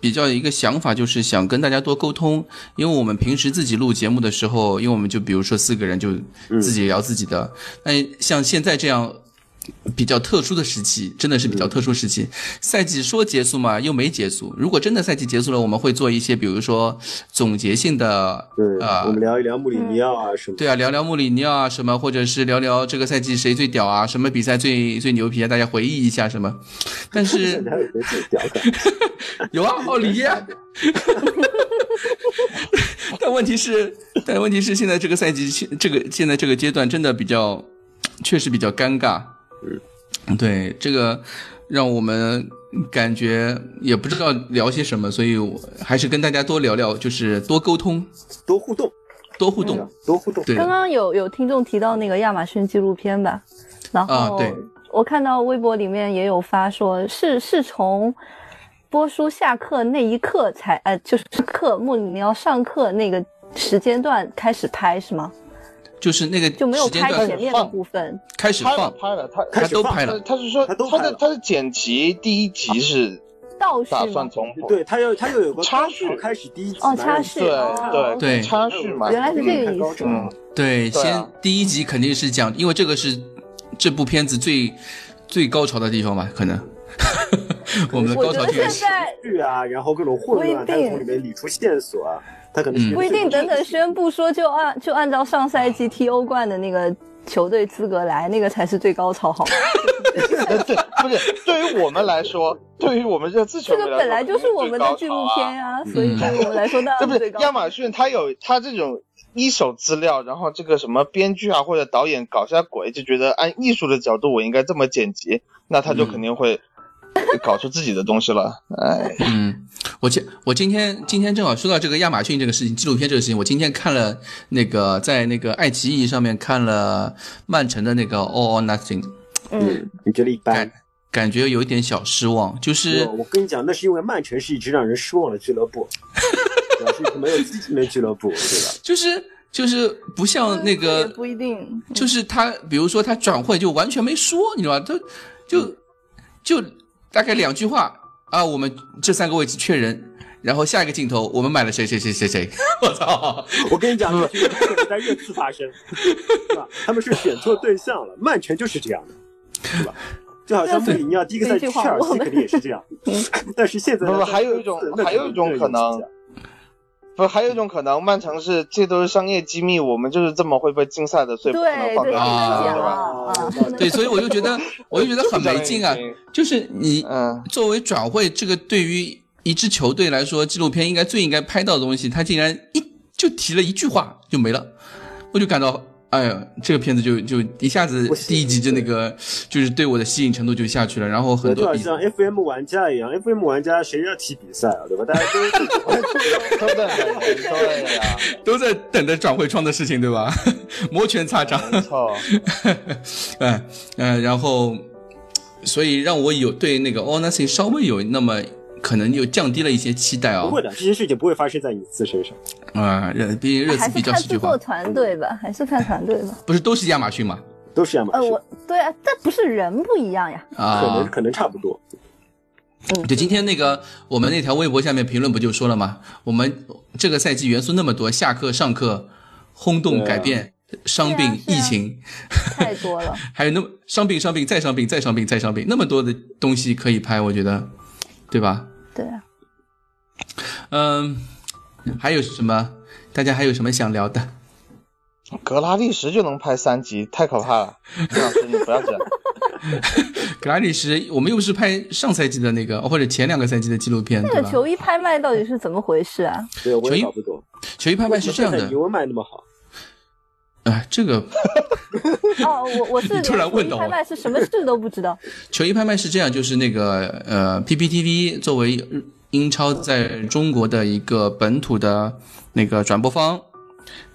[SPEAKER 2] 比较一个想法就是想跟大家多沟通，因为我们平时自己录节目的时候，因为我们就比如说四个人就
[SPEAKER 4] 嗯
[SPEAKER 2] 自己聊自己的，但像现在这样比较特殊的时期，真的是比较特殊时
[SPEAKER 4] 嗯
[SPEAKER 2] 期。赛季说结束嘛，又没结束。如果真的赛季结束了，我们会做一些比如说总结性的
[SPEAKER 4] 对，
[SPEAKER 2] 呃
[SPEAKER 4] 我们聊一聊穆里尼奥啊什么。
[SPEAKER 2] 对啊，聊聊穆里尼奥啊什么，或者是聊聊这个赛季谁最屌啊，什么比赛最最牛皮啊，大家回忆一下什么。但
[SPEAKER 4] 现
[SPEAKER 2] 是
[SPEAKER 4] 在有没有屌感？
[SPEAKER 2] 有啊，奥里耶。 但问题是，但问题是现在这个赛季，现这个现在这个阶段真的比较，确实比较尴尬。对这个让我们感觉也不知道聊些什么，所以我还是跟大家多聊聊，就是多沟通，
[SPEAKER 4] 多互动，
[SPEAKER 2] 多互动。
[SPEAKER 4] 多互动。
[SPEAKER 2] 对，
[SPEAKER 5] 刚刚有有听众提到那个亚马逊纪录片吧，然
[SPEAKER 2] 啊
[SPEAKER 5] 后
[SPEAKER 2] 对
[SPEAKER 5] 我看到微博里面也有发说，是是从播叔下课那一刻才，呃，就是课穆里尼奥上课那个时间段开始拍是吗？
[SPEAKER 2] 就是那个
[SPEAKER 5] 就没有
[SPEAKER 2] 时间
[SPEAKER 5] 拍
[SPEAKER 2] 段
[SPEAKER 5] 前面的部分，
[SPEAKER 2] 开始
[SPEAKER 3] 拍了
[SPEAKER 2] 放。
[SPEAKER 3] 拍了，他
[SPEAKER 2] 他
[SPEAKER 4] 开始
[SPEAKER 2] 都
[SPEAKER 4] 放
[SPEAKER 2] 拍
[SPEAKER 3] 他
[SPEAKER 2] 了，
[SPEAKER 3] 呃他是说
[SPEAKER 4] 他都
[SPEAKER 3] 他
[SPEAKER 4] 拍
[SPEAKER 3] 的
[SPEAKER 4] 了
[SPEAKER 3] 他的剪辑第一集是
[SPEAKER 5] 倒叙
[SPEAKER 3] 打
[SPEAKER 5] 啊吗
[SPEAKER 3] 算？从
[SPEAKER 4] 对，他要他又有个
[SPEAKER 3] 插叙
[SPEAKER 4] 开始第一集
[SPEAKER 5] 哦插叙
[SPEAKER 3] 对
[SPEAKER 5] 哦
[SPEAKER 3] 对
[SPEAKER 2] 对
[SPEAKER 3] 插叙嘛，
[SPEAKER 5] 原来是这个
[SPEAKER 4] 看高
[SPEAKER 5] 意思
[SPEAKER 4] 潮
[SPEAKER 3] 嗯
[SPEAKER 2] 对，
[SPEAKER 3] 对啊
[SPEAKER 2] 先第一集肯定是讲，因为这个是这部片子最最高潮的地方吧，可能我们的
[SPEAKER 5] 我
[SPEAKER 2] 高
[SPEAKER 5] 觉
[SPEAKER 2] 潮
[SPEAKER 5] 得
[SPEAKER 2] 点
[SPEAKER 5] 现
[SPEAKER 2] 是
[SPEAKER 5] 在
[SPEAKER 4] 剧啊，然后各种混乱，
[SPEAKER 5] 不
[SPEAKER 4] 他
[SPEAKER 5] 一定
[SPEAKER 4] 从里面理出线索啊，他可能是
[SPEAKER 2] 嗯
[SPEAKER 5] 不一定等等宣布说就按就按照上赛季踢欧冠的那个球队资格来，那个才是最高潮好吗？
[SPEAKER 3] 呃对，不是对于我们来说， 对于我们热刺球
[SPEAKER 5] 这
[SPEAKER 3] 迷来
[SPEAKER 5] 个
[SPEAKER 3] 说，
[SPEAKER 5] 本来就是我们的纪录
[SPEAKER 3] 肯定是最高潮啊
[SPEAKER 5] 片啊，所以对于我们来说当
[SPEAKER 3] 这
[SPEAKER 5] 然
[SPEAKER 3] 不
[SPEAKER 5] 是最
[SPEAKER 3] 是
[SPEAKER 5] 高潮。
[SPEAKER 3] 亚马逊，他有他这种一手资料，然后这个什么编剧啊或者导演搞下鬼，就觉得按艺术的角度我应该这么剪辑，那他
[SPEAKER 5] 嗯
[SPEAKER 3] 就肯定会搞出自己的东西了。哎，
[SPEAKER 2] 嗯，我今我今天今天正好说到这个亚马逊这个事情，纪录片这个事情，我今天看了那个在那个爱奇艺上面看了曼城的那个 All or Nothing，
[SPEAKER 5] 嗯，
[SPEAKER 4] 你觉得一般
[SPEAKER 2] 感？感觉有一点小失望，就是
[SPEAKER 4] 我我跟你讲，那是因为曼城是一支让人失望的俱乐部， 对吧是一支没有激情的俱乐部，对吧？
[SPEAKER 2] 就是就是不像那
[SPEAKER 5] 也
[SPEAKER 2] 个
[SPEAKER 5] 不一定，
[SPEAKER 2] 就是他，比如说他转会就完全没说，你知道吧？他
[SPEAKER 3] 嗯
[SPEAKER 2] 就就大概两句话啊，我们这三个位置缺人，然后下一个镜头我们买了谁谁谁谁 谁，我操！
[SPEAKER 4] 我跟你讲，
[SPEAKER 2] 嗯
[SPEAKER 4] 这是在热刺发生，是吧？他们是选错对象了。曼城就是这样的，对吧？就好像穆里尼奥第一个赛季
[SPEAKER 5] 这句话
[SPEAKER 4] 切尔
[SPEAKER 5] 我
[SPEAKER 4] 西
[SPEAKER 5] 们嗯
[SPEAKER 4] 肯定也是这样，但是现在呢
[SPEAKER 3] 不不还有一种
[SPEAKER 4] 那
[SPEAKER 3] 还有一种可能
[SPEAKER 4] 更有激情
[SPEAKER 3] 不，还有一种可能，曼城是这都是商业机密，我们就是这么会被禁赛的，所
[SPEAKER 5] 对
[SPEAKER 3] 以不可能放
[SPEAKER 5] 对，不能
[SPEAKER 3] 给他们
[SPEAKER 5] 讲
[SPEAKER 3] 看，对吧？
[SPEAKER 5] 啊
[SPEAKER 4] 啊
[SPEAKER 5] 啊！
[SPEAKER 2] 对，所以我就觉得，我就觉得很没劲啊
[SPEAKER 3] 就是这样一个。
[SPEAKER 2] 就是你
[SPEAKER 3] 嗯
[SPEAKER 2] 作为转会，这个对于一支球队来说，纪录片应该最应该拍到的东西，他竟然一就提了一句话就没了，我就感到。哎呀，这个片子就就一下子
[SPEAKER 4] 不行
[SPEAKER 2] 第一集就那个，就是对我的吸引程度就下去了，然后很
[SPEAKER 4] 对，就
[SPEAKER 2] 多
[SPEAKER 4] 好
[SPEAKER 2] 比赛
[SPEAKER 4] 像 FM 玩家一样，FM 玩家谁要踢比赛啊，对吧？大家 都
[SPEAKER 3] 都在等人，都在等呀，
[SPEAKER 2] 都在等着转会窗的事情，对吧？ 摩拳擦掌，
[SPEAKER 3] 没错。
[SPEAKER 2] 哎嗯，然后，所以让我有对那个 All Nothing 稍微有那么可能又降低了一些期待啊、
[SPEAKER 4] 不会的，这些事情不会发生在你自身上。
[SPEAKER 2] 啊、热毕竟热
[SPEAKER 5] 还
[SPEAKER 2] 刺
[SPEAKER 5] 是
[SPEAKER 2] 比较
[SPEAKER 5] 看
[SPEAKER 2] 戏剧
[SPEAKER 5] 制作
[SPEAKER 2] 化，
[SPEAKER 5] 团队吧，还是看团队吧。
[SPEAKER 2] 不是都是亚马逊嘛？
[SPEAKER 4] 都是亚马
[SPEAKER 5] 呃，
[SPEAKER 4] 逊，
[SPEAKER 5] 我对啊，但不是人不一样呀。
[SPEAKER 2] 啊，
[SPEAKER 4] 可能可能差不多。
[SPEAKER 2] 就今天那个我们那条微博下面评论不就说了吗？我们这个赛季元素那么多，下课、上课、轰动、
[SPEAKER 4] 对啊
[SPEAKER 2] 改变、伤病、
[SPEAKER 5] 对啊
[SPEAKER 2] 疫情，
[SPEAKER 5] 太多 了。
[SPEAKER 2] 还有那么伤病、伤病、再伤病、再伤病、再伤病，那么多的东西可以拍，我觉得，对吧？
[SPEAKER 5] 对啊，
[SPEAKER 2] 嗯，还有什么？大家还有什么想聊的？
[SPEAKER 3] 格拉利什就能拍三集，太可怕了！李老师，你不要这样。
[SPEAKER 2] 格拉利什，我们又不是拍上赛季的那个，或者前两个赛季的纪录片，
[SPEAKER 5] 那
[SPEAKER 2] 对
[SPEAKER 5] 个
[SPEAKER 2] 吧？
[SPEAKER 5] 球衣拍卖到底是怎么回事啊？
[SPEAKER 4] 对，我
[SPEAKER 2] 球衣
[SPEAKER 4] 也搞不懂。
[SPEAKER 2] 球衣拍卖是这样
[SPEAKER 4] 为什么现在
[SPEAKER 2] 的
[SPEAKER 4] 尤文卖那么好，
[SPEAKER 2] 哎，这个
[SPEAKER 5] 哦，我我是
[SPEAKER 2] 你突然问到我
[SPEAKER 5] 连球衣拍卖是什么事都不知 道。
[SPEAKER 2] 球衣拍卖是这样，就是那个呃，PPTV 作为英超在中国的一个本土的那个转播方，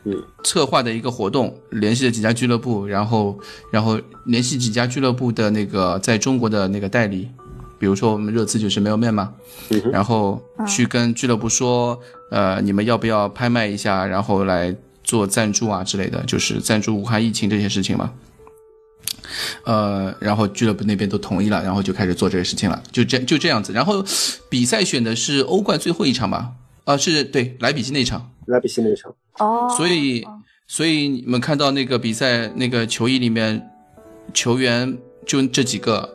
[SPEAKER 4] 嗯，
[SPEAKER 2] 策划的一个活动，联系了几家俱乐部，然后然后联系几家俱乐部的那个在中国的那个代理，比如说我们热刺就是没有面嘛，
[SPEAKER 4] 嗯哼
[SPEAKER 2] 然后去跟俱乐部说，呃，你们要不要拍卖一下，然后来做赞助啊之类的，就是赞助武汉疫情这些事情嘛。呃，然后俱乐部那边都同意了，然后就开始做这个事情了，就这就这样子。然后比赛选的是欧冠最后一场吧？啊、是对莱比锡那场，
[SPEAKER 4] 莱比锡那场，
[SPEAKER 5] 哦，
[SPEAKER 2] 所以，所以你们看到那个比赛那个球衣里面球员就这几个，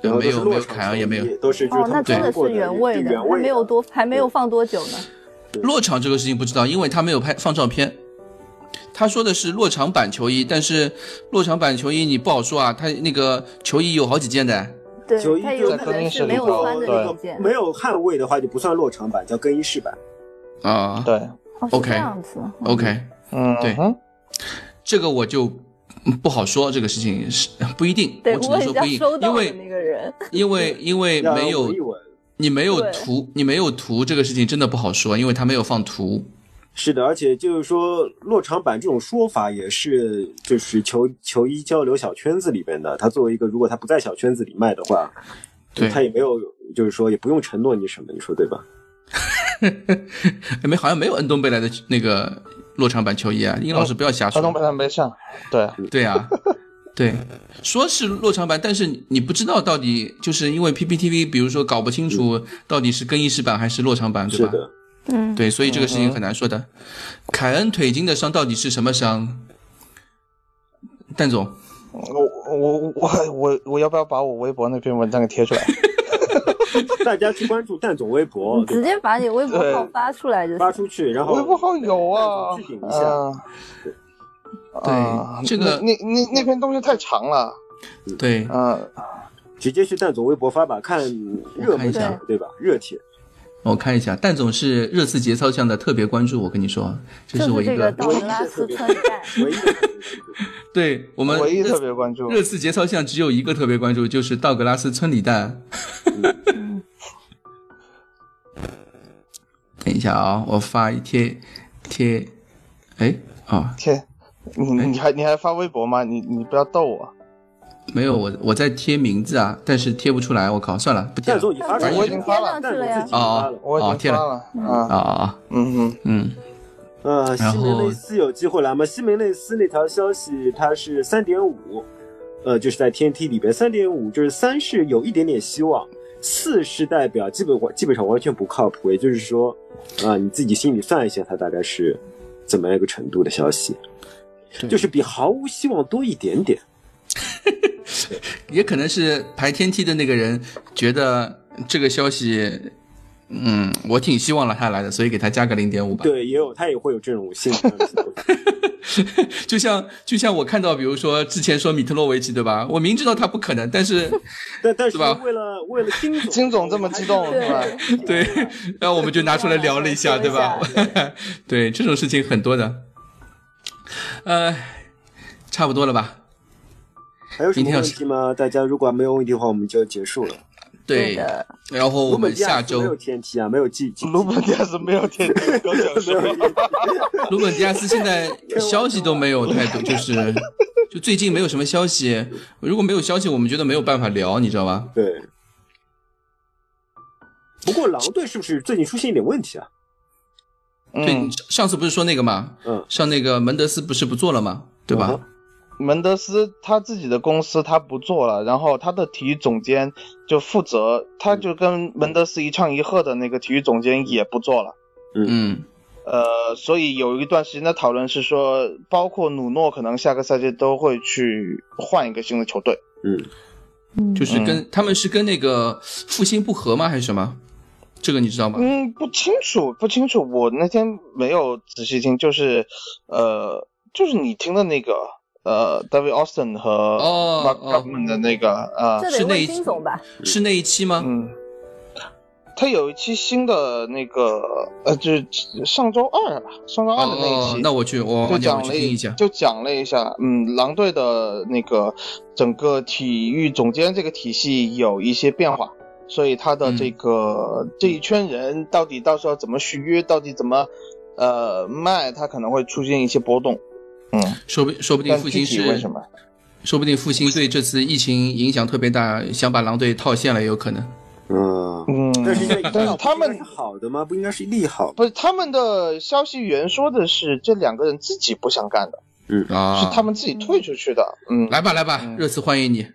[SPEAKER 4] 然后
[SPEAKER 2] 没
[SPEAKER 4] 都是
[SPEAKER 2] 有没
[SPEAKER 4] 落
[SPEAKER 2] 有
[SPEAKER 4] 场
[SPEAKER 2] 凯恩也没有
[SPEAKER 4] 球衣，都是就是
[SPEAKER 5] 哦
[SPEAKER 4] 他，
[SPEAKER 5] 那
[SPEAKER 4] 们
[SPEAKER 5] 真的
[SPEAKER 4] 通过
[SPEAKER 5] 是原味
[SPEAKER 4] 的，
[SPEAKER 5] 的，
[SPEAKER 4] 原
[SPEAKER 5] 还
[SPEAKER 4] 味
[SPEAKER 5] 没有多还没有放多久呢。
[SPEAKER 2] 落场这个事情不知道，因为他没有拍放照片。他说的是落场版球衣，但是落场版球衣你不好说啊，他那个球衣有好几件的。
[SPEAKER 5] 对
[SPEAKER 4] 球，衣
[SPEAKER 5] 他
[SPEAKER 4] 就
[SPEAKER 5] 有
[SPEAKER 4] 在
[SPEAKER 5] 可
[SPEAKER 3] 更
[SPEAKER 5] 能
[SPEAKER 3] 衣
[SPEAKER 5] 是
[SPEAKER 3] 室
[SPEAKER 5] 没
[SPEAKER 3] 里
[SPEAKER 5] 有
[SPEAKER 3] 头
[SPEAKER 5] 穿的
[SPEAKER 3] 对
[SPEAKER 5] 那一件。
[SPEAKER 4] 没有捍卫的话就不算落场版，叫更衣室版。
[SPEAKER 2] 啊。
[SPEAKER 3] 对，
[SPEAKER 5] 哦，是
[SPEAKER 2] OK
[SPEAKER 5] 这样子。
[SPEAKER 2] OK，
[SPEAKER 3] 嗯，
[SPEAKER 2] 对
[SPEAKER 3] 哼
[SPEAKER 2] 这个我就嗯不好说，这个事情是不一定，
[SPEAKER 5] 得
[SPEAKER 2] 我只能
[SPEAKER 5] 问
[SPEAKER 2] 说
[SPEAKER 5] 一
[SPEAKER 2] 不
[SPEAKER 5] 下
[SPEAKER 2] 一
[SPEAKER 5] 收
[SPEAKER 2] 定，因
[SPEAKER 5] 到的
[SPEAKER 2] 为
[SPEAKER 5] 那个人。
[SPEAKER 2] 因为因为
[SPEAKER 4] 要
[SPEAKER 2] 没有
[SPEAKER 4] 闻一闻
[SPEAKER 2] 你没有
[SPEAKER 5] 对
[SPEAKER 2] 图，你没有图这个事情真的不好说，因为他没有放图。
[SPEAKER 4] 是的，而且就是说落场版这种说法也是就是球球衣交流小圈子里边的，他作为一个如果他不在小圈子里卖的话，
[SPEAKER 2] 对
[SPEAKER 4] 他也没有就是说也不用承诺你什么，你说对吧？
[SPEAKER 2] 哎没好像没有恩东贝莱的那个落场版球衣啊，殷老师不要瞎
[SPEAKER 3] 传统
[SPEAKER 2] 说。
[SPEAKER 3] 版本没上。对，
[SPEAKER 2] 对啊，对，说是落场版，但是你不知道到底就是因为 PPTV，比如说搞不清楚到底是更衣室版还是落场版，对
[SPEAKER 4] 是
[SPEAKER 2] 吧？
[SPEAKER 4] 的，
[SPEAKER 5] 嗯，
[SPEAKER 2] 对，所以这个事情很难说的。凯恩腿筋的伤到底是什么伤？蛋总，
[SPEAKER 3] 我我我我我要不要把我微博那篇文章给贴出来？
[SPEAKER 4] 大家去关注蛋总微博
[SPEAKER 2] 哦
[SPEAKER 5] 你，直接把你微
[SPEAKER 2] 呃
[SPEAKER 5] 博号发出来就
[SPEAKER 4] 发
[SPEAKER 5] 行。
[SPEAKER 4] 出去，然后
[SPEAKER 3] 微博好友啊
[SPEAKER 4] 蛋总置顶，一下，
[SPEAKER 3] 嗯，
[SPEAKER 2] 啊对
[SPEAKER 3] 啊
[SPEAKER 2] 这个
[SPEAKER 3] 那那那那篇东西太长了，
[SPEAKER 2] 对，
[SPEAKER 3] 嗯，
[SPEAKER 4] 直接去蛋总微博发吧，看热
[SPEAKER 2] 看一
[SPEAKER 4] 门
[SPEAKER 2] 下
[SPEAKER 4] 帖对吧？热帖，
[SPEAKER 2] 我看一下，蛋总是热刺节操项的特别关注，我跟你说，这
[SPEAKER 5] 就是
[SPEAKER 2] 我一
[SPEAKER 5] 这
[SPEAKER 2] 个
[SPEAKER 5] 个道格拉斯 穿戴，
[SPEAKER 4] 唯一的
[SPEAKER 2] 对我们
[SPEAKER 3] 唯一
[SPEAKER 2] 热
[SPEAKER 3] 特别关注。
[SPEAKER 2] 热刺节操项只有一个特别关注，就是道格拉斯村里蛋。 等一下啊、我发一贴贴，哎啊、
[SPEAKER 3] 贴，你你还你还发微博吗？你你不要逗我，
[SPEAKER 2] 没有，我我在贴名字啊，但是贴不出来，我靠，算了，不贴
[SPEAKER 4] 蛋
[SPEAKER 2] 了。
[SPEAKER 4] 总已发出去，
[SPEAKER 3] 我已经发了
[SPEAKER 5] 贴上去了
[SPEAKER 4] 蛋总
[SPEAKER 5] 呀
[SPEAKER 4] 自己。发了。
[SPEAKER 3] 我
[SPEAKER 2] 哦
[SPEAKER 3] 已
[SPEAKER 2] 贴
[SPEAKER 3] 经
[SPEAKER 2] 了
[SPEAKER 3] 发了啊，
[SPEAKER 2] 啊啊啊！
[SPEAKER 3] 嗯哼，
[SPEAKER 2] 嗯，
[SPEAKER 4] 呃，
[SPEAKER 2] 然
[SPEAKER 4] 西梅
[SPEAKER 2] 后
[SPEAKER 4] 内斯有机会来吗？西梅内斯那条消息，它是三点五，呃，就是在 TNT 里边，三点五就是三是有一点点希望，四是代表基本基本上完全不靠谱，也就是说，啊、你自己心里算一下，它大概是怎么样一个程度的消息，
[SPEAKER 2] 对
[SPEAKER 4] 就是比毫无希望多一点点。
[SPEAKER 2] 也可能是排天梯的那个人觉得这个消息，嗯，我挺希望了他来的，所以给他加个零点五吧。，
[SPEAKER 4] 对，也有他也会有这种心理上的想法。
[SPEAKER 2] 就像就像我看到，比如说之前说米特洛维奇对吧？我明知道他不可能，但是
[SPEAKER 4] 但但是
[SPEAKER 2] 是吧
[SPEAKER 4] 为了为了金 总，
[SPEAKER 3] 金总这么激 动是吧？
[SPEAKER 2] 对，然后我们就拿出来聊了一下，对吧？对，这种事情很多的，呃，差不多了吧？
[SPEAKER 4] 还有什
[SPEAKER 2] 明
[SPEAKER 4] 么
[SPEAKER 2] 天要
[SPEAKER 4] 问题吗？大家如果没有问题的话，我们就结束了。
[SPEAKER 5] 对
[SPEAKER 2] 对，
[SPEAKER 5] 的，
[SPEAKER 2] 然后我
[SPEAKER 4] 卢本
[SPEAKER 2] 们
[SPEAKER 4] 迪亚
[SPEAKER 2] 下
[SPEAKER 4] 斯没有
[SPEAKER 2] 周
[SPEAKER 4] 天梯啊，没有季季
[SPEAKER 3] 卢本迪亚斯没有贴高脚
[SPEAKER 4] 没有
[SPEAKER 3] 说，
[SPEAKER 2] 鲁本迪 亚斯现在消息都没有太多，就是就最近没有什么消息。如果没有消息，我们觉得没有办法聊，你知道吧？
[SPEAKER 4] 对。不过狼队是不是最近出现一点问题啊？
[SPEAKER 2] 对，
[SPEAKER 3] 嗯
[SPEAKER 2] 上上次不是说那个嘛，
[SPEAKER 4] 嗯
[SPEAKER 2] 上那个门德斯不是不做了嘛，对吧？
[SPEAKER 3] 门德斯他自己的公司他不做了，然后他的体育总监就负责，他就跟门德斯一唱一和的那个体育总监也不做了。
[SPEAKER 2] 嗯
[SPEAKER 3] 呃，所以有一段时间的讨论是说，包括努诺可能下个赛季都会去换一个新的球队。
[SPEAKER 4] 嗯，
[SPEAKER 5] 嗯
[SPEAKER 2] 就是跟、他们是跟那个复兴不和吗？还是什么？这个你知道吗？
[SPEAKER 3] 嗯，不清楚，不清楚。我那天没有仔细听，就是，呃，就是你听的那个，呃，David Austin 和
[SPEAKER 2] 哦
[SPEAKER 3] Mark
[SPEAKER 2] 哦
[SPEAKER 3] Gutman 的那个，啊、
[SPEAKER 5] 这
[SPEAKER 2] 是
[SPEAKER 5] 得
[SPEAKER 2] 那
[SPEAKER 5] 问
[SPEAKER 2] 一
[SPEAKER 5] 金总吧。
[SPEAKER 2] 是那一期吗？
[SPEAKER 3] 嗯，他有一期新的那个，呃，就是上周二吧，上周
[SPEAKER 2] 哦
[SPEAKER 3] 二的一
[SPEAKER 2] 哦
[SPEAKER 3] 期，，
[SPEAKER 2] 那我去，我
[SPEAKER 3] 就
[SPEAKER 2] 我
[SPEAKER 3] 讲
[SPEAKER 2] 去
[SPEAKER 3] 了
[SPEAKER 2] 听一下。
[SPEAKER 3] 就讲了一下，嗯，狼队的那个整个体育总监这个体系有一些变化，所以他的
[SPEAKER 2] 嗯
[SPEAKER 3] 这个、这一圈人到底到时候怎么续约，到底怎么呃卖，他可能会出现一些波动。嗯，
[SPEAKER 2] 说不说不定
[SPEAKER 3] 但
[SPEAKER 2] 复
[SPEAKER 3] 具
[SPEAKER 2] 兴
[SPEAKER 3] 体
[SPEAKER 2] 是
[SPEAKER 3] 为什么？
[SPEAKER 2] 说不定复兴对这次疫情影响特别大，想把狼队套现了也有可能。
[SPEAKER 4] 嗯，
[SPEAKER 3] 嗯，
[SPEAKER 4] 但是这
[SPEAKER 3] 但是他们
[SPEAKER 4] 是好的吗？不应该是利好吗？
[SPEAKER 3] 不是他们的消息源说的是这两个人自己不想干的，
[SPEAKER 2] 啊，
[SPEAKER 3] 是他们自己退出去的。嗯，
[SPEAKER 2] 来吧来吧，
[SPEAKER 3] 嗯
[SPEAKER 2] 热刺欢迎你。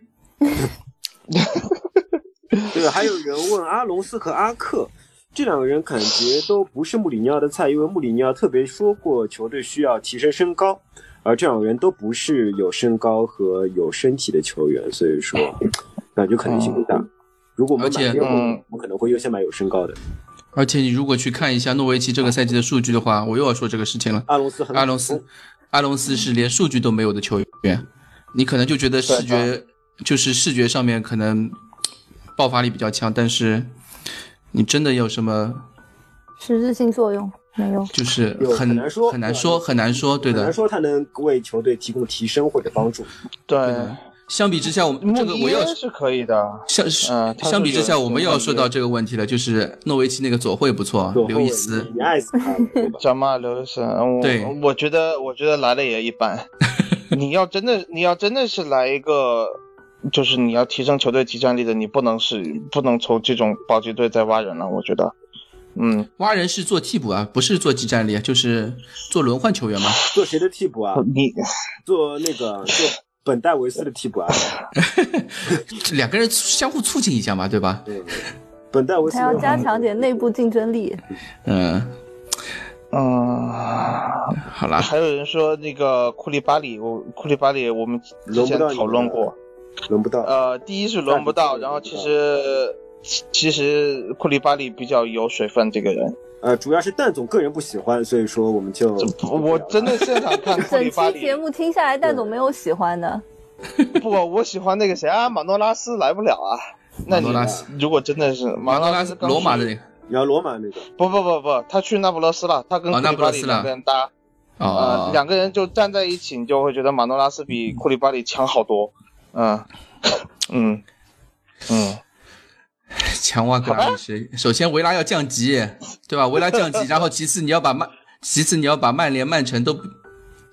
[SPEAKER 4] 对，还有人问阿隆斯和阿克这两个人，感觉都不是穆里尼奥的菜，因为穆里尼奥特别说过球队需要提升身高，而这两个人都不是有身高和有身体的球员，所以说感觉可能性不大。嗯如果我
[SPEAKER 2] 嗯而
[SPEAKER 4] 们
[SPEAKER 2] 且
[SPEAKER 4] 买边后卫
[SPEAKER 3] 嗯
[SPEAKER 4] 我们可能会优先买有身高的。
[SPEAKER 2] 而且你如果去看一下诺维奇这个赛季的数据的话，我又要说这个事情了。
[SPEAKER 3] 啊
[SPEAKER 4] 阿隆斯很
[SPEAKER 2] 阿隆斯，阿隆斯是连数据都没有的球员，你可能就觉得视觉就是视觉上面可能爆发力比较强，但是你真的有什么
[SPEAKER 5] 实质性作用没有。
[SPEAKER 2] 就是
[SPEAKER 4] 有
[SPEAKER 2] 很
[SPEAKER 4] 很难说
[SPEAKER 2] 很难说很难说，对
[SPEAKER 4] 很难
[SPEAKER 2] 的。
[SPEAKER 4] 说他能为球队提供提升或者帮助。
[SPEAKER 3] 对，
[SPEAKER 2] 相比之下，我们
[SPEAKER 3] 穆
[SPEAKER 2] 这个
[SPEAKER 3] 尼
[SPEAKER 2] 我要
[SPEAKER 3] 耶是可以的。
[SPEAKER 2] 相
[SPEAKER 3] 嗯他
[SPEAKER 2] 相比之
[SPEAKER 3] 是
[SPEAKER 2] 下，
[SPEAKER 3] 有
[SPEAKER 2] 我们又要说到这个问题了，就是诺维奇那个左会不错啊
[SPEAKER 4] 左，后
[SPEAKER 2] 嗯刘
[SPEAKER 4] 卫
[SPEAKER 2] 易斯，
[SPEAKER 3] 嗯
[SPEAKER 4] 你爱死他了，对吧？
[SPEAKER 3] 小马刘神，我
[SPEAKER 2] 对
[SPEAKER 3] 我觉得我觉得来了也一般。你要真的你要真的是来一个，就是你要提升球队集战力的，你不能是不能从这种保级队再挖人了，我觉得。嗯，
[SPEAKER 2] 挖人是做替补啊，不是做集战力，啊，就是做轮换球员嘛。
[SPEAKER 4] 做谁的替补 啊？
[SPEAKER 3] 你
[SPEAKER 4] 做那个做本戴维斯的替补啊？
[SPEAKER 2] 两个人相互促进一下嘛，对吧？
[SPEAKER 4] 对，本戴维斯
[SPEAKER 5] 他要加强点内部竞争力，
[SPEAKER 2] 嗯，
[SPEAKER 3] 嗯，
[SPEAKER 2] 好啦，
[SPEAKER 3] 还有人说那个库里巴里，我库里巴里我们之前讨论过，
[SPEAKER 4] 轮不到。
[SPEAKER 3] 呃，第一是轮不到，然后其实其实库里巴里比较有水分，这个人，
[SPEAKER 4] 呃，主要是蛋总个人不喜欢，所以说我们就
[SPEAKER 3] 我真的现场 看库
[SPEAKER 5] 整
[SPEAKER 3] 里巴
[SPEAKER 5] 期
[SPEAKER 3] 里，
[SPEAKER 5] 节目听下来，蛋总没有喜欢的。
[SPEAKER 3] 不，我喜欢那个谁啊，马诺拉斯来不了啊。那
[SPEAKER 2] 马
[SPEAKER 3] 你
[SPEAKER 2] 诺拉斯，
[SPEAKER 3] 如果真的是
[SPEAKER 2] 马
[SPEAKER 3] 马诺
[SPEAKER 2] 诺
[SPEAKER 3] 拉
[SPEAKER 2] 拉
[SPEAKER 3] 斯
[SPEAKER 2] 斯
[SPEAKER 3] 刚去
[SPEAKER 2] 罗马的那个
[SPEAKER 4] 你要罗马那个，
[SPEAKER 3] 不不不不，他去那不勒斯了，他跟
[SPEAKER 2] 哦
[SPEAKER 3] 库
[SPEAKER 2] 那
[SPEAKER 3] 里
[SPEAKER 2] 不
[SPEAKER 3] 巴
[SPEAKER 2] 勒
[SPEAKER 3] 里
[SPEAKER 2] 斯
[SPEAKER 3] 两
[SPEAKER 2] 了
[SPEAKER 3] 个人搭，呃，
[SPEAKER 2] 哦，
[SPEAKER 3] 两个人就站在一起，你就会觉得马诺拉斯比库里巴里强好多。嗯，嗯，嗯，
[SPEAKER 2] 强挖格
[SPEAKER 3] 啊
[SPEAKER 2] 拉利什。首先维拉要降级，对吧？维拉降级，然后其次你要把曼，其次你要把曼联、曼城都，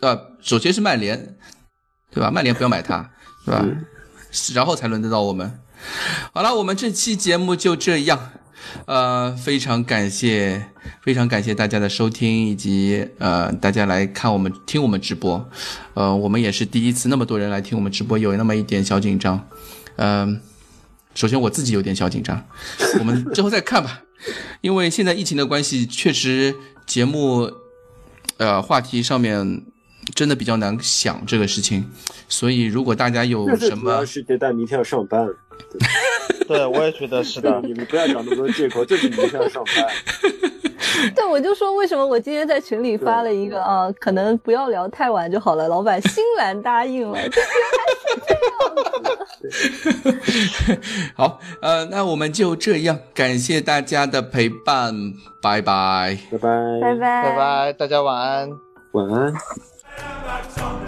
[SPEAKER 2] 呃，首先是曼联，对吧？曼联不要买他，对吧？然后才轮得到我们。好了，我们这期节目就这样。呃，非常感谢，非常感谢大家的收听以及呃大家来看我们听我们直播，呃，我们也是第一次那么多人来听我们直播，有那么一点小紧张，嗯、首先我自己有点小紧张，我们之后再看吧，因为现在疫情的关系，确实节目呃话题上面真的比较难想这个事情，所以如果大家有
[SPEAKER 4] 但是
[SPEAKER 2] 什
[SPEAKER 4] 主
[SPEAKER 2] 么
[SPEAKER 4] 要是觉得明天要上班，
[SPEAKER 3] 对，我也觉得是
[SPEAKER 4] 对吧
[SPEAKER 3] 的。
[SPEAKER 4] 你们不要找那么多借口，就是明天要上 班。
[SPEAKER 5] 对，我就说为什么我今天在群里发了一个啊，可能不要聊太晚就好了。老板欣然答应
[SPEAKER 2] 嗯
[SPEAKER 5] 了，
[SPEAKER 2] 好，呃，那我们就这样，感谢大家的陪伴，拜拜。
[SPEAKER 4] 拜拜，
[SPEAKER 5] 拜拜
[SPEAKER 3] 拜拜，大家晚安。
[SPEAKER 4] 晚安。
[SPEAKER 6] Amazon.